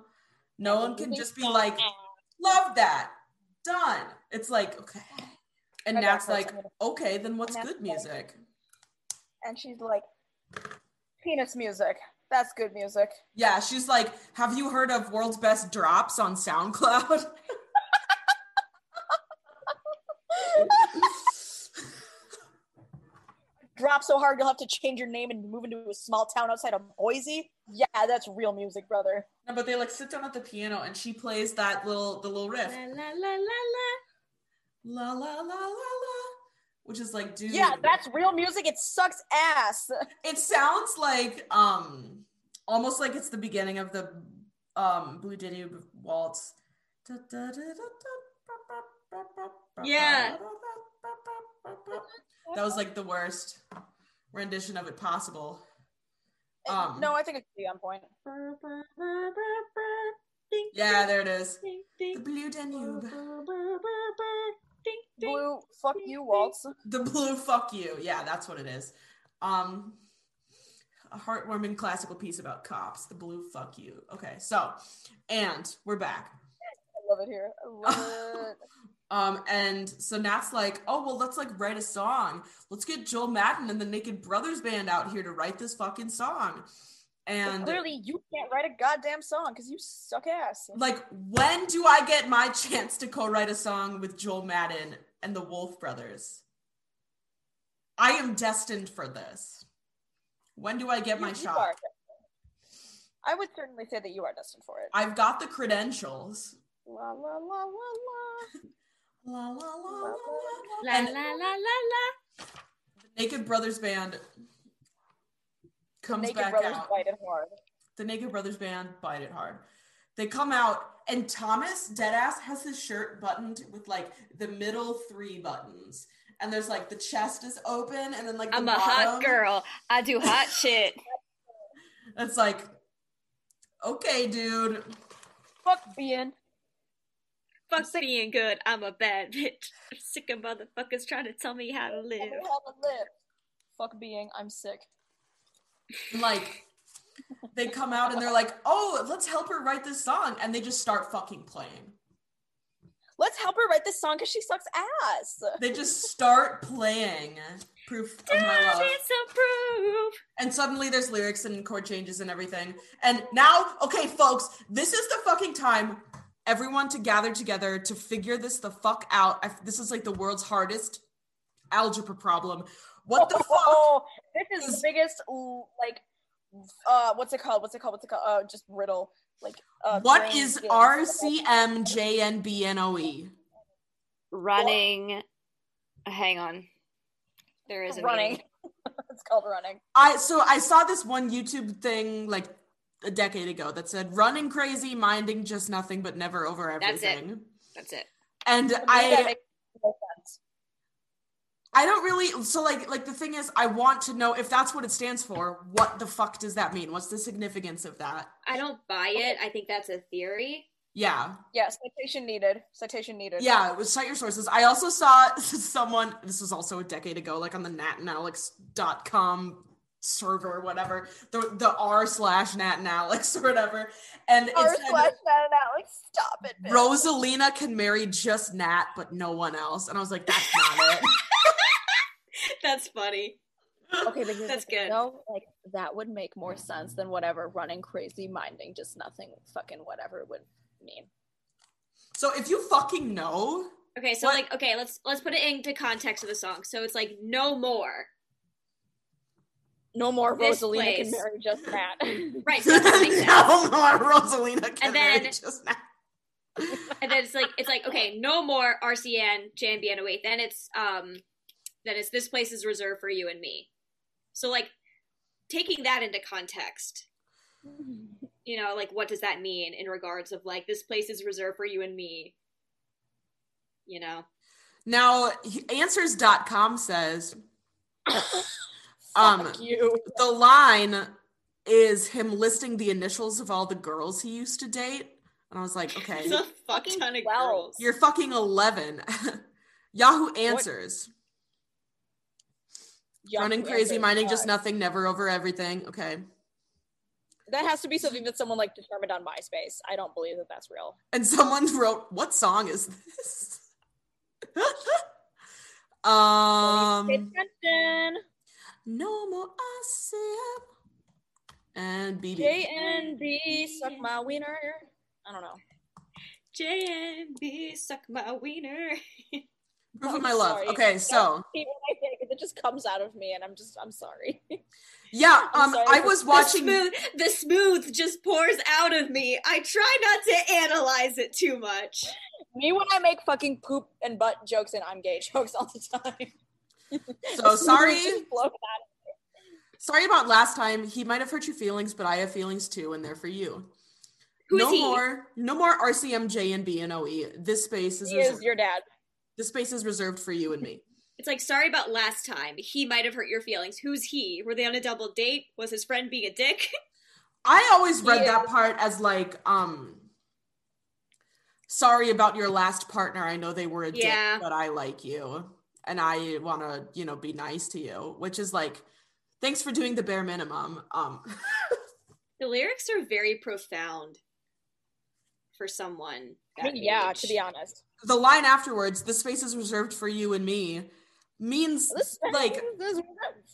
D: No one can just be like, love that. Done. It's like, okay. And
C: I got
D: Nat's
C: her,
D: like,
C: so I'm gonna-
D: okay, then what's
C: Nat's
D: good
C: like-
D: music?
C: and she's like, penis music. That's good music.
D: Yeah, she's like, have you heard of World's Best Drops on SoundCloud?
C: drop so hard you'll have to change your name and move into a small town outside of Boise. Yeah, that's real music, brother.
D: No, <laughs> but they like sit down at the piano and she plays that little the little riff.
B: La, la, la, la, la.
D: La la la la la. Which is like, dude.
C: Yeah, that's real music. It sucks ass.
D: it sounds like um almost like it's the beginning of the um Blue Danube waltz.
B: Yeah.
D: That was like the worst rendition of it possible.
C: <laughs>
D: Um.
C: no, I think it's pretty on point.
D: Yeah, there it is.
B: Ding,
D: The
B: ding.
D: Blue Danube.
B: Ding, ding.
C: Blue, fuck you, waltz.
D: The Blue Fuck You. Yeah, that's what it is. Um a heartwarming classical piece about cops. The Blue Fuck You. Okay, so and we're back.
C: I love it here. I
D: <laughs>
C: love it.
D: Um, and so Nat's like, oh well, let's like write a song. Let's get Joel Madden and the Naked Brothers band out here to write this fucking song. And
C: Clearly, you can't write a goddamn song because you suck ass.
D: like, when do I get my <laughs> chance to co-write a song with Joel Madden and the Wolf Brothers? I am destined for this. When do I get
C: You-
D: my
C: you
D: shot?
C: are. I would certainly say that you are destined for it.
D: I've got the credentials.
C: La la la la la.
D: La, la, la, la, la, la.
B: La,
D: And
B: la, la, la, la.
D: the Naked Brothers band comes
C: Naked
D: back
C: brothers
D: out.
C: bite it hard.
D: the Naked Brothers band bite it hard. They come out and Thomas Deadass has his shirt buttoned with like the middle three buttons. And there's like the chest is open and then like the
B: I'm a hot
D: bottom,
B: girl. I do <laughs> hot shit.
D: It's like, okay, dude.
C: Fuck being.
B: Fuck being good. I'm a bad bitch. <laughs> I'm sick of motherfuckers trying to tell me how to live.
C: Fuck being. I'm sick.
D: And, like they come out and they're like, oh, let's help her write this song. And they just start fucking playing.
C: Let's help her write this song because she sucks ass. <laughs>
D: They just start playing Proof of My
B: I
D: Love.
B: need some proof.
D: and suddenly there's lyrics and chord changes and everything. And now, okay, folks, this is the fucking time everyone to gather together to figure this the fuck out. I, this is like the world's hardest algebra problem. What the fuck?
C: Oh, this is the
D: is-
C: biggest ooh, like uh what's it called? What's it called? What's it called? Uh just riddle. Like
B: Oh,
C: uh
D: What
C: brain
D: is
C: deal.
D: RCMJNBNOE?
B: Running. Hang on. There is a
C: running?
B: meaning.
C: <laughs> it's called running.
D: I so I saw this one YouTube thing like a decade ago that said running crazy, minding just nothing but never over
B: That's it.
D: everything.
B: That's it.
D: And
C: To me,
D: I
C: that makes no sense.
D: I don't really so like like the thing is I want to know if that's what it stands for, what the fuck does that mean? What's the significance of that?
B: I don't buy it. I think that's a theory. <laughs>
D: Yeah.
C: Yeah, citation needed. Citation needed.
D: Yeah, it was- cite your sources. I also saw <laughs> someone this was also a decade ago, like on the natandalex.com server or whatever, the the R slash Nat and Alex or whatever. And it
C: Our
D: said
C: slash that and out. Like, stop it, bitch.
D: Rosalina can marry just Nat, but no one else. And I was like, that's not it. <laughs>
B: That's funny.
C: <laughs> Okay, but here's
B: That's
C: the thing,
B: good.
C: though, like that would make more sense than whatever running crazy, minding just nothing, fucking whatever would mean.
D: So if you fucking know, <laughs>
B: Okay, so
D: What-
B: like okay, let's let's put it into context of the song. So it's like no more.
C: No more
B: This
C: Rosalina
B: place.
C: can marry
D: <laughs>
C: just <laughs> that.
B: Right. So that's what makes sense.
D: no more Rosalina can
B: And then-
D: marry just Nat.
B: and then it's like it's like okay, no more RCN Jan Bian wait. Then it's um then it's this place is reserved for you and me. So like taking that into context, you know, like what does that mean in regards of like this place is reserved for you and me? You know.
D: Now, he- answers.com says Um,
C: Fuck you.
D: the line is him listing the initials of all the girls he used to date. And I was like, okay,
B: It's a fuck ton of
C: Wow.
B: girls.
D: you're fucking 11. <laughs> Yahoo Answers.
C: Yuck,
D: Running
C: yeah,
D: crazy,
C: okay,
D: minding just
C: fuck.
D: nothing, never over everything. Okay.
C: That has to be something that someone like determined on MySpace. I don't believe that that's real.
D: And someone <laughs> wrote, what song is this? <laughs> um,
C: attention,
D: no more I and BB.
C: J N B, suck my wiener. I don't know.
B: JNB suck my wiener.
D: Proof of
C: I'm
D: my love.
C: sorry.
D: Okay, so
C: <laughs> See what I think. The just comes out of me, and I'm just I'm sorry. <laughs>
D: Yeah,
C: I'm
D: um,
C: sorry
D: I
C: for-
D: was
B: The
D: watching.
B: smooth, the smooth just pours out of me. I try not to analyze it too much.
C: me when I make fucking poop and butt jokes and I'm gay <laughs> jokes all the time. <laughs>
D: So sorry,
C: Just blow it out.
D: sorry about last time. He might have hurt your feelings, but I have feelings too, and they're for you.
B: Who is
D: no
B: he?
D: more, no more RCM, J, and B and OE. This space is,
C: He
D: reserved.
C: is your dad.
D: this space is reserved for you and me.
B: It's like, sorry about last time. He might have hurt your feelings. Who's he? Were they on a double date? Was his friend being a dick? <laughs>
D: I always
C: He
D: read that
C: is-
D: part as like, um, sorry about your last partner. I know they were a
B: Yeah.
D: dick, but I like you, and I want to, you know, be nice to you, which is like, thanks for doing the bare minimum. Um, <laughs>
B: The lyrics are very profound for someone.
C: I mean,
B: that
C: yeah,
B: age.
C: to be honest.
D: the line afterwards, "This space is reserved for you and me," means
C: This
D: like
C: <laughs> this is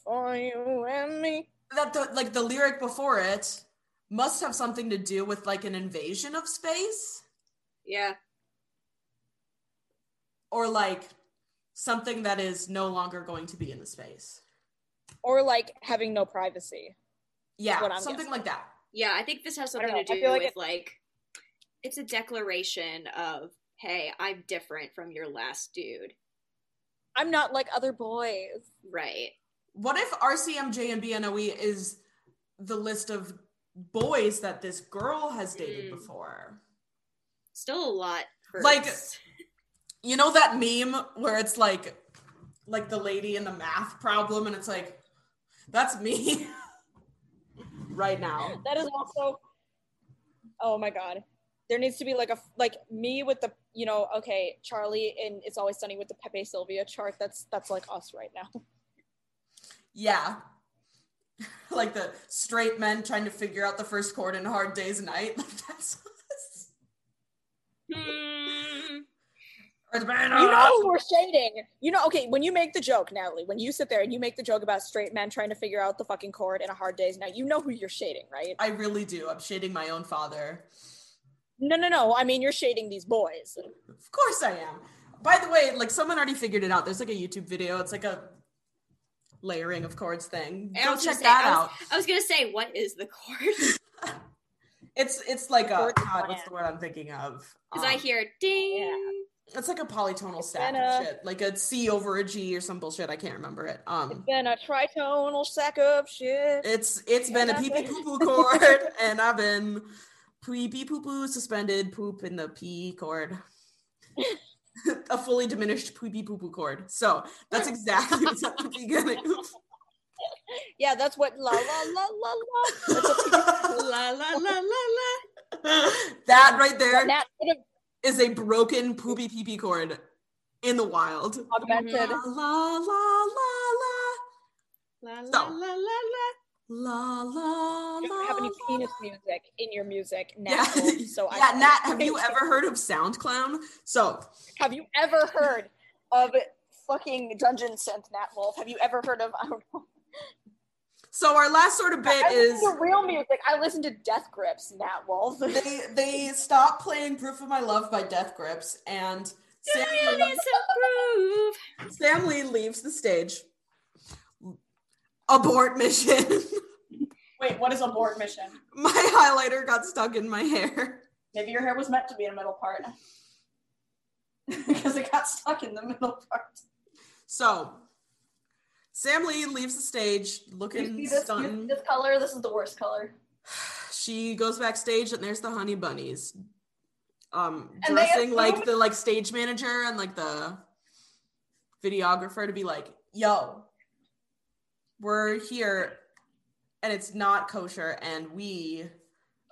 C: for you and me.
D: that the like the lyric before it must have something to do with like an invasion of space
B: Yeah.
D: or like something that is no longer going to be in the space.
C: Or like having no privacy.
D: Yeah,
C: what I'm
D: something
C: guessing.
D: like that.
B: Yeah, I think this has
C: I don't
B: something to
C: know.
B: do
C: I feel like
B: with
C: it-
B: like it's a declaration of, hey, I'm different from your last dude.
C: I'm not like other boys.
B: Right.
D: What if RCMJ and BNOE E is the list of boys that this girl has dated
B: Mm.
C: Hmm.
D: before?
B: Still a lot for
D: Like- You know that meme where it's like like the lady in the math problem and it's like that's me <laughs> right now.
C: That is also. Oh my god, there needs to be like a like me with the you know okay Charlie and It's Always Sunny with the Pepe Sylvia chart. That's that's like us right now.
D: Yeah. <laughs> like the straight men trying to figure out the first chord in Hard Day's Night. <laughs> Like that's us. <laughs>
B: Hmm.
D: Or the man-
C: You know who we're shading. You know okay when you make the joke, Natalie. When you sit there and you make the joke about straight men trying to figure out the fucking chord in a hard day's night, you know who you're shading, right?
D: I really do. I'm shading my own father.
C: No, no, no. I mean you're shading these boys.
D: Of course I am. By the way, like someone already figured it out. There's like a YouTube video. It's like a layering of chords thing.
B: I
D: Go
B: was gonna
D: check
B: say,
D: that
B: I was-
D: out.
B: I was gonna say, what is the chord?
C: <laughs>
B: Because
D: It's it's like a
C: Chord
D: God, what's
C: plan.
D: the word I'm thinking of?
B: I
D: Um,
B: hear ding.
D: it's like a polytonal stack
C: been
D: of
C: a-
D: shit, like a C over a G or some bullshit. I can't remember it. Um,
C: Then a tritonal sack of shit.
D: it's it's been a pee
C: <laughs>
D: pee poo poo chord, and I've been pee pee poo poo suspended poop in the P chord. <laughs> a fully diminished pee pee poo poo chord. So
C: <laughs>
D: that's exactly what's at the <laughs> beginning.
C: Yeah, that's what la la la la la.
D: <laughs>
B: La la la la la.
D: <laughs> that right there
C: Nat should have
D: is a broken poopy pee pee chord in the wild.
C: augmented.
D: La la la la
B: La la
D: So-
B: la la la.
D: la la la.
C: You don't have any
D: la,
C: penis
D: la.
C: music in your music
D: Yeah.
C: now.
D: <laughs>
C: So I
D: yeah, Nat, have you ever heard of Sound Clown? So
C: have you ever heard of fucking dungeon synth Nat Wolf? Have you ever heard of <laughs> I don't know?
D: so our last sort of bit
C: I
D: is
C: listen to real music. I listen to Death Grips Nat Wolf. <laughs>
D: they they stop playing Proof of My Love by Death Grips and
B: Do
D: Sam
B: you need some groove?
D: Sam Lee leaves the stage. Abort mission. <laughs>
E: Wait, what is a board mission?
D: my highlighter got stuck in my hair.
E: Maybe your hair was meant to be in a middle part. <laughs> Because it got stuck in the middle
D: <laughs>
E: part.
D: So Sam Lee leaves the stage
E: You
D: looking
E: see this, you see
D: stunned.
E: this color? This is the worst color.
D: She goes backstage and there's the honey bunnies. Um
E: And they
D: dressing like
E: assume-
D: the like stage manager and like the videographer to be like, yo, we're here and it's not kosher and we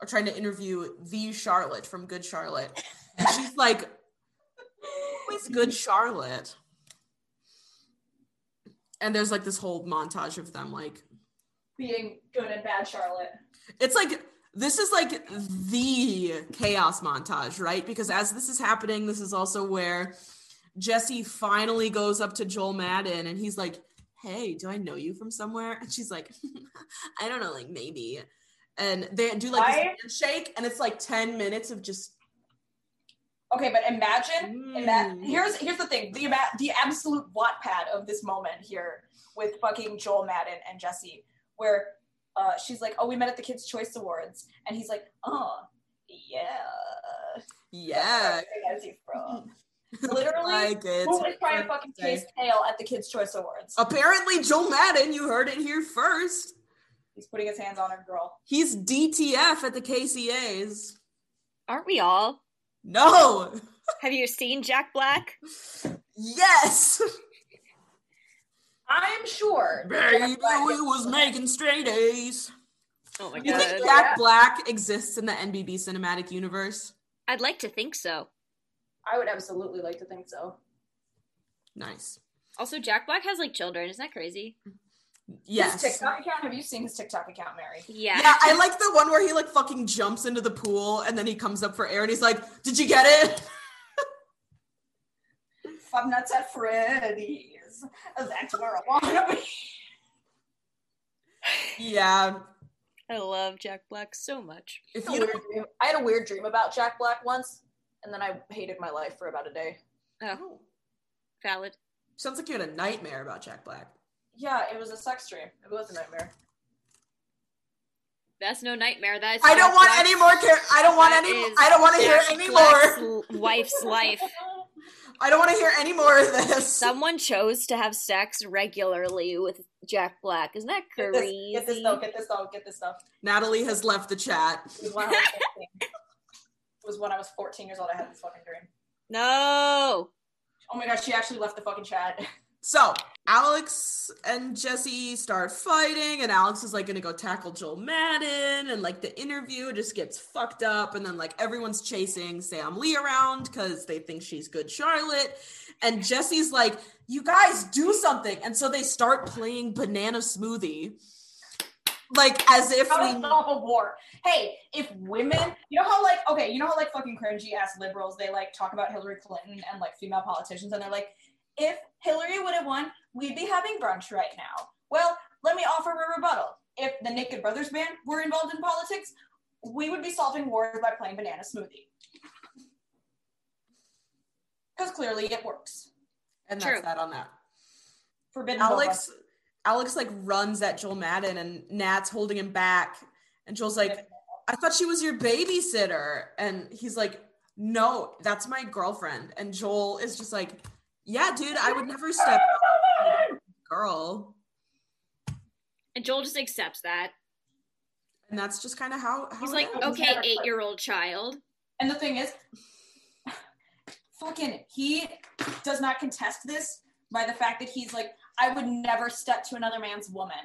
D: are trying to interview the Charlotte from Good Charlotte. And she's <laughs> like, Who is Good Charlotte? And there's like this whole montage of them like
E: Being good and bad Charlotte.
D: it's like this is like the chaos montage, right? Because as this is happening, this is also where Jesse finally goes up to Joel Madden and he's like, Hey, do I know you from somewhere? And she's like, <laughs> I don't know, like maybe. And they do like this
E: I-
D: handshake, and it's like 10 minutes of just
C: Okay, but imagine, imagine.
D: Mm.
C: Here's here's the thing: the ima- the absolute Wattpad of this moment here with fucking Joel Madden and Jesse, where uh, she's like, "Oh, we met at the Kids' Choice Awards," and he's like, "Oh, yeah."
D: Yeah. <laughs>
C: That's where I from. Literally,
D: Like it's Oh.
C: who was trying to fucking
D: Thursday.
C: chase tail at the Kids' Choice Awards?
D: Apparently, Joel Madden, you heard it here first.
C: He's putting his hands on her girl.
D: He's DTF at the KCAs.
B: Aren't we all?
D: No.
B: Have you seen Jack Black?
D: Yes.
C: I'm sure. that
D: <laughs> Baby, we
C: Jack Black-
D: was making straight A's.
B: Oh my
D: You
C: Yeah.
D: think
B: god.
D: Jack Black exists in the NBB cinematic universe?
B: I'd like to think so.
C: I would absolutely like to think so.
D: Nice.
B: Also, Jack Black has like children. Isn't that crazy?
D: Yes.
C: His TikTok account. Have you seen his TikTok account, Mary?
B: Yeah.
D: Yeah, I like the one where he like fucking jumps into the pool and then he comes up for air and he's like, "Did you get
B: <laughs>
D: it?"
C: Five nuts at Freddy's. That's where I want to be.
D: Yeah.
B: I love Jack Black so much.
D: If
C: I
D: you
C: had a
D: don't,
C: weird dream- I had a weird dream about Jack Black once, and then I hated my life for about a day.
B: Oh, valid.
D: sounds like you had a nightmare about Jack Black.
C: Yeah, it was a sex dream. It was a nightmare.
B: That's no nightmare. That's
D: I don't
B: Jack
D: want
B: Black's-
D: any more. Care- I don't want
B: That
D: any.
B: is
D: I don't want to hear
B: Jack
D: any
B: Black's
D: more.
B: l- wife's life.
D: I don't want to hear any more of this.
B: Someone chose to have sex regularly with Jack Black. Isn't that
C: Get this, get this
B: crazy?
C: though, get this though, get this though.
D: Natalie has left the chat.
C: It was when I was 14. It was when I was 14 years old. I had this fucking dream.
B: No.
C: Oh my gosh, she actually left the fucking chat.
D: So Alex and Jesse start fighting, and Alex is like gonna go tackle Joel Madden, and like the interview just gets fucked up, and then like everyone's chasing Sam Lee around because they think she's good Charlotte. And Jesse's like, you guys do something. And so they start playing banana smoothie. Like as if
C: How to
D: we
C: stop a war. Hey, if women, you know how like, okay, you know how like fucking cringy ass liberals, they like talk about Hillary Clinton and like female politicians, and they're like, if Hillary would have won, we'd be having brunch right now. Well, let me offer a rebuttal. If the Naked Brothers band were involved in politics, we would be solving wars by playing banana smoothie. Because clearly it works.
D: and
B: True.
D: that's that on that.
C: Forbidden.
D: Alex Alex like runs at Joel Madden and Nat's holding him back and Joel's like I thought she was your babysitter and he's like no that's my girlfriend and Joel is just like yeah dude I would never step
C: boba.
D: girl
B: And Joel just accepts that.
D: and that's just kind of how, how
B: He's
D: it
B: like, "Oh."
D: is.
C: was
B: okay,
C: Oh, never-
B: eight year old child.
C: And the thing is, fucking, he does not contest this by the fact that he's like, I would never step to another man's woman.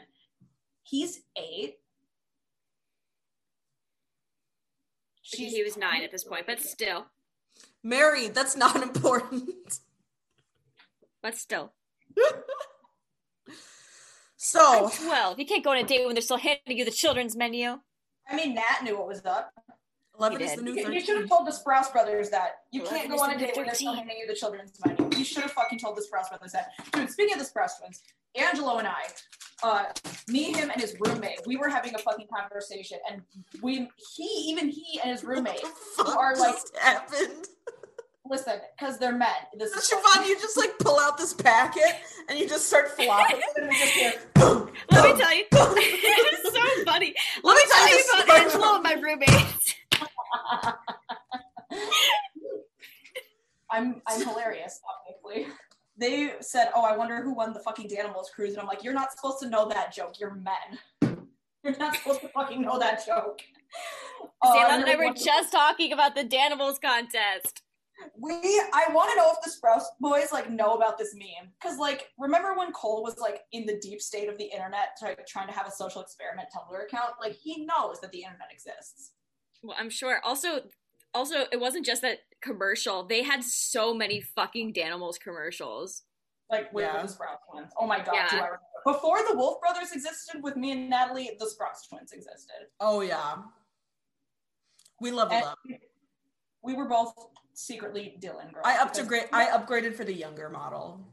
C: He's eight. She's-
B: he was nine at this point, but still.
D: Mary that's not <laughs> important
B: But still. I'm
D: so
B: 12. You can't go on a date when they're still handing you the children's menu.
C: I mean, Nat knew what was up.
D: 11
B: He
D: is
B: did.
D: the new
C: You should have
D: 13
C: told the Sprouse brothers that you
B: Well,
C: can't
B: that's
C: go on a
B: under
C: date when they're still
B: 13.
C: handing you the children's money. You should have fucking told the Sprouse brothers that. Dude, speaking of the Sprouse twins, Angelo and I, uh, me, him, and his roommate, we were having a fucking conversation, and we, he, even he and his roommate,
D: Fuck
C: are, like-
D: just happened <laughs>
C: listen, because they're men. This is
D: Siobhan you just like pull out this packet and you just
B: <laughs>
D: start flopping
C: And we just hear,
D: <laughs> Oh.
B: Let me tell you. <laughs> it's so funny. Let me tell you about
D: story.
B: Angelo and my <laughs> roommates.
C: I'm I'm hilarious, obviously. They said, "Oh, I wonder who won the fucking Danimals cruise," and I'm like, "You're not supposed to know that joke. You're men. <laughs> You're not supposed to fucking know that joke." Uh,
B: Salem and I
C: then we
B: were
C: went-
B: just talking about the Danimals contest.
C: we. I want to know if the Sprouse boys like know about this meme because, like, remember when Cole was like in the deep state of the internet, try- trying to have a social experiment Tumblr account? Like, he knows that the internet exists.
B: Well, I'm sure. Also, also, it wasn't just that commercial. They had so many fucking Danimals commercials.
C: Like with
D: Yeah.
C: the Sprouse twins. Oh my god, do I
B: Yeah.
C: remember. Before the Wolf Brothers existed with me and Natalie, the Sprouse twins existed.
D: <laughs> Oh yeah. We leveled
C: And
D: up.
C: we were both secretly Dylan girls.
D: I up
C: because-
D: upgrade I upgraded for the younger model.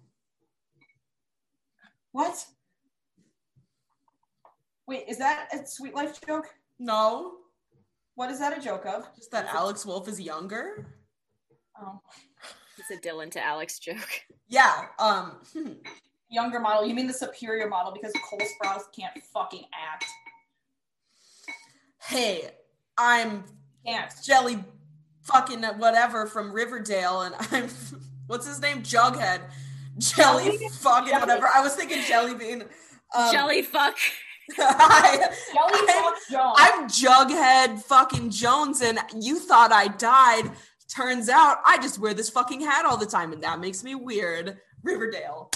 C: What? Wait, is that a Sweet Life joke?
D: No,
C: What is that a joke of?
D: just that Alex Wolf is younger.
C: Oh.
B: It's a Dylan to Alex joke.
D: Yeah. Um. <laughs> hmm.
C: Younger model. You mean the superior model because Cole Sprouse can't fucking act.
D: Hey, I'm <laughs>
C: Can't.
D: Jelly fucking whatever from Riverdale, and I'm <laughs> what's his name? Jughead. Jelly
C: Jelly-
D: fucking
C: Jelly.
D: whatever. I was thinking Jelly Bean. Um, <laughs>
B: Jelly fuck.
D: I,
C: Jelly
D: I'm-
C: Roll Jones.
D: I'm Jughead fucking Jones, and you thought I died. Turns out I just wear this fucking hat all the time, and that makes me weird. Riverdale.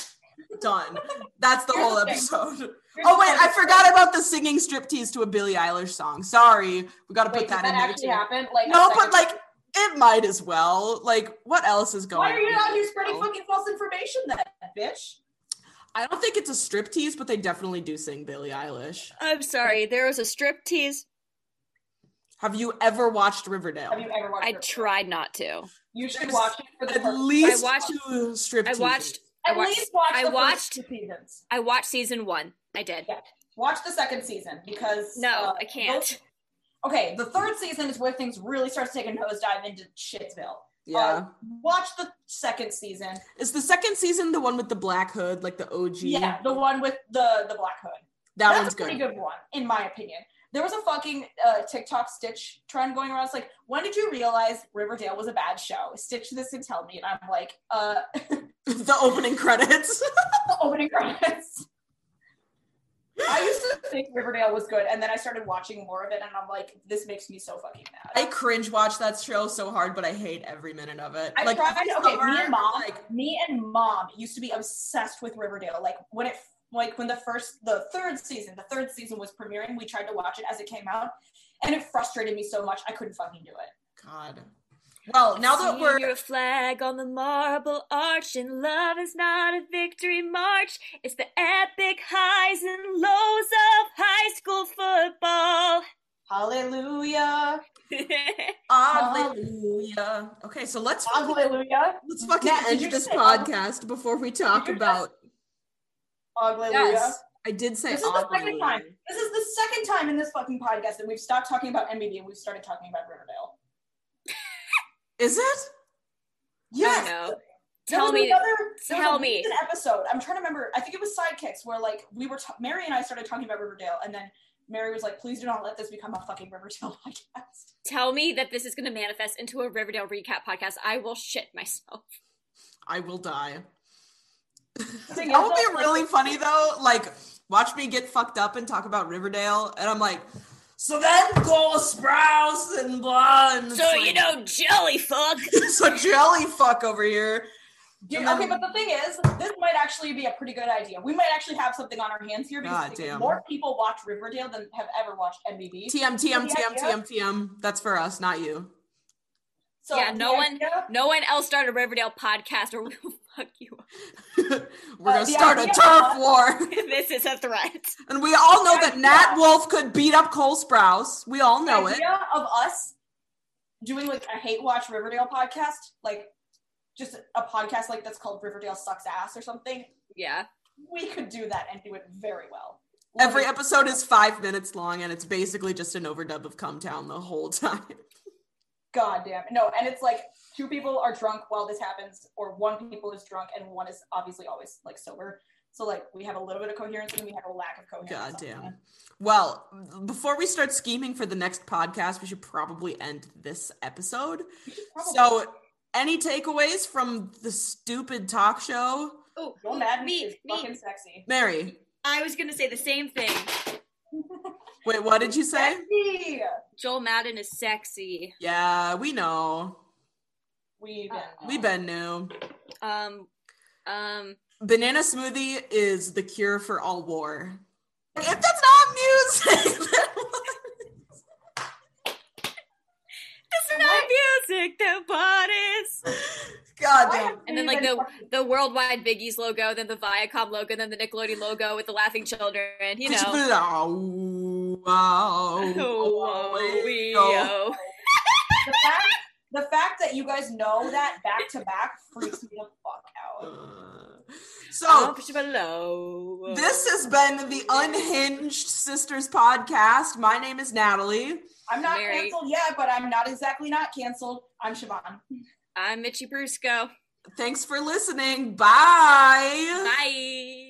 D: Done. That's the
C: Here's
D: whole
C: the thing.
D: episode.
C: Here's
D: Oh,
C: the
D: wait,
C: thing.
D: I forgot about the singing striptease to a Billie Eilish song. Sorry. We got to
C: Wait,
D: put
C: did that,
D: that in there.
C: actually
D: too.
C: happen? Like, a
D: No,
C: second-
D: but like, it might as well. Like, what else is going
C: why are you
D: on?
C: out here spreading fucking false information then, bitch?
D: I don't think it's a striptease, but they definitely do sing Billie Eilish.
B: I'm sorry. There was a strip tease.
D: Have you ever watched Riverdale?
C: Have you ever watched?
B: I
C: Riverdale?
B: tried not to.
C: You should
D: There's
C: watch it for the
D: At
C: first,
B: I
D: least
B: watched-
D: two stripteases.
B: I watched. I
C: at
B: watched.
C: least watch.
B: I
C: the first
B: watched-
C: two seasons.
B: I watched season one. I did.
C: Watch the second season because
B: No,
C: uh,
B: I can't.
C: those- okay, the third season is where things really starts taking a nosedive into shitsville.
D: Yeah.
C: Uh, watch the second season.
D: Is the second season the one with the black hood, like the OG?
C: Yeah, the one with the the black hood.
D: That
C: That's
D: one's
C: a pretty
D: good.
C: good one, in my opinion. There was a fucking uh, TikTok Stitch trend going around. It's like, when did you realize Riverdale was a bad show? Stitch this and tell me. And I'm like, uh, <laughs>
D: <laughs> the opening credits. <laughs>
C: the opening credits. I used to think Riverdale was good, and then I started watching more of it, and I'm like, this makes me so fucking
D: I
C: mad.
D: cringe watch that show so hard, but I hate every minute of it.
C: I
D: like
C: tried.
D: every
C: Okay, me
D: summer,
C: and mom,
D: Like,
C: me and mom used to be obsessed with Riverdale. Like when it, like when the first, the third season, the third season was premiering, we tried to watch it as it came out, and it frustrated me so much, I couldn't fucking do it.
D: God. Well, now that
B: See
D: we're
B: Your flag on the marble arch, and love is not a victory march. It's the epic highs and lows of high school football. <laughs>
C: Hallelujah.
D: Hallelujah. Okay, so let's
C: Hallelujah.
D: let's fucking
C: Nat, did
D: end
C: you
D: this
C: say-
D: podcast before we talk
C: you just-
D: about.
C: Hallelujah.
D: Yes, I did say.
C: This is the second
D: Hallelujah.
C: time. This is the second time in this fucking podcast that we've stopped talking about NBD and we've started talking about Riverdale.
D: Is it?
B: Yes.
C: Yes. There
B: Tell
C: was
B: me.
C: another, there was
B: tell
C: a
B: me.
C: recent episode. I'm trying to remember. I think it was Sidekicks where like we were ta- Mary and I started talking about Riverdale and then Mary was like, "Please do not let this become a fucking Riverdale <laughs>
B: <laughs>
C: podcast."
B: Tell me that this is going to manifest into a Riverdale recap podcast. I will shit myself.
D: I will die.
C: Thing
D: That
C: is,
D: would
C: though,
D: be
C: like,
D: really funny though. Like, watch me get fucked up and talk about Riverdale, and I'm like, so then Cole Sprouse and blah. And it's
B: So you
D: like-
B: know, jelly fuck.
D: <laughs> so jelly fuck over here.
C: you-
D: and then-
C: okay, but the thing is, this might actually be a pretty good idea. We might actually have something on our hands here because
D: God
C: I think
D: damn.
C: more people watch Riverdale than have ever watched NBD.
D: TM TM
C: The
D: TM
C: idea-
D: TM TM. That's for us, not you.
C: So
B: Yeah,
C: the
B: no one-
C: idea-
B: No one else start a Riverdale podcast, or we'll <laughs> fuck you. up.
D: We're
C: the
D: gonna start a
C: idea-
D: turf war,
B: This is a threat.
D: and we all know that
C: idea-
D: Nat Wolf could beat up Cole Sprouse. We all
C: the
D: know it.
C: idea of us doing like a hate watch Riverdale podcast, like just a podcast like that's called Riverdale Sucks Ass or something.
B: Yeah.
C: We could do that and do it very well.
D: Every episode is five minutes long, and it's basically just an overdub of Come Town the whole <laughs> time.
C: God damn no, and it's like two people are drunk while this happens, or one people is drunk and one is obviously always like sober. So like we have a little bit of coherence and we have a lack of coherence.
D: God damn. Well, before we start scheming for the next podcast, we should probably end this episode.
C: So
D: So, any takeaways from the stupid talk show?
B: Oh,
C: Yo Madden
B: me,
C: is
B: me.
C: fucking sexy.
D: Mary,
B: I was gonna say the same thing.
D: wait, what did you say?
C: Sexy.
B: Joel Madden is sexy.
D: Yeah, we know.
C: We been
B: Oh.
D: We been knew.
B: Um, um,
D: Banana smoothie is the cure for all war. If that's not music, <laughs>
B: it's not music that bodies.
D: God
C: I
D: damn.
C: have
B: And then, like,
C: been
B: the-
C: fucking
B: The worldwide Biggie's logo, then the Viacom logo, then the Nickelodeon logo with the laughing children. You know.
D: Oh,
B: <laughs>
D: wow.
B: Oh,
D: Oh,
B: oh, we,
D: oh.
B: oh.
C: the fact, the fact that you guys know that back to back freaks me the fuck out.
D: Uh,
B: Oh,
D: So,
B: push it below.
D: This has been the Unhinged Sisters podcast. My name is Natalie.
C: I'm not
B: Mary.
C: canceled yet, but I'm not exactly not canceled. I'm Siobhan.
B: I'm Mitchie Brusco.
D: Thanks for listening. Bye.
B: Bye.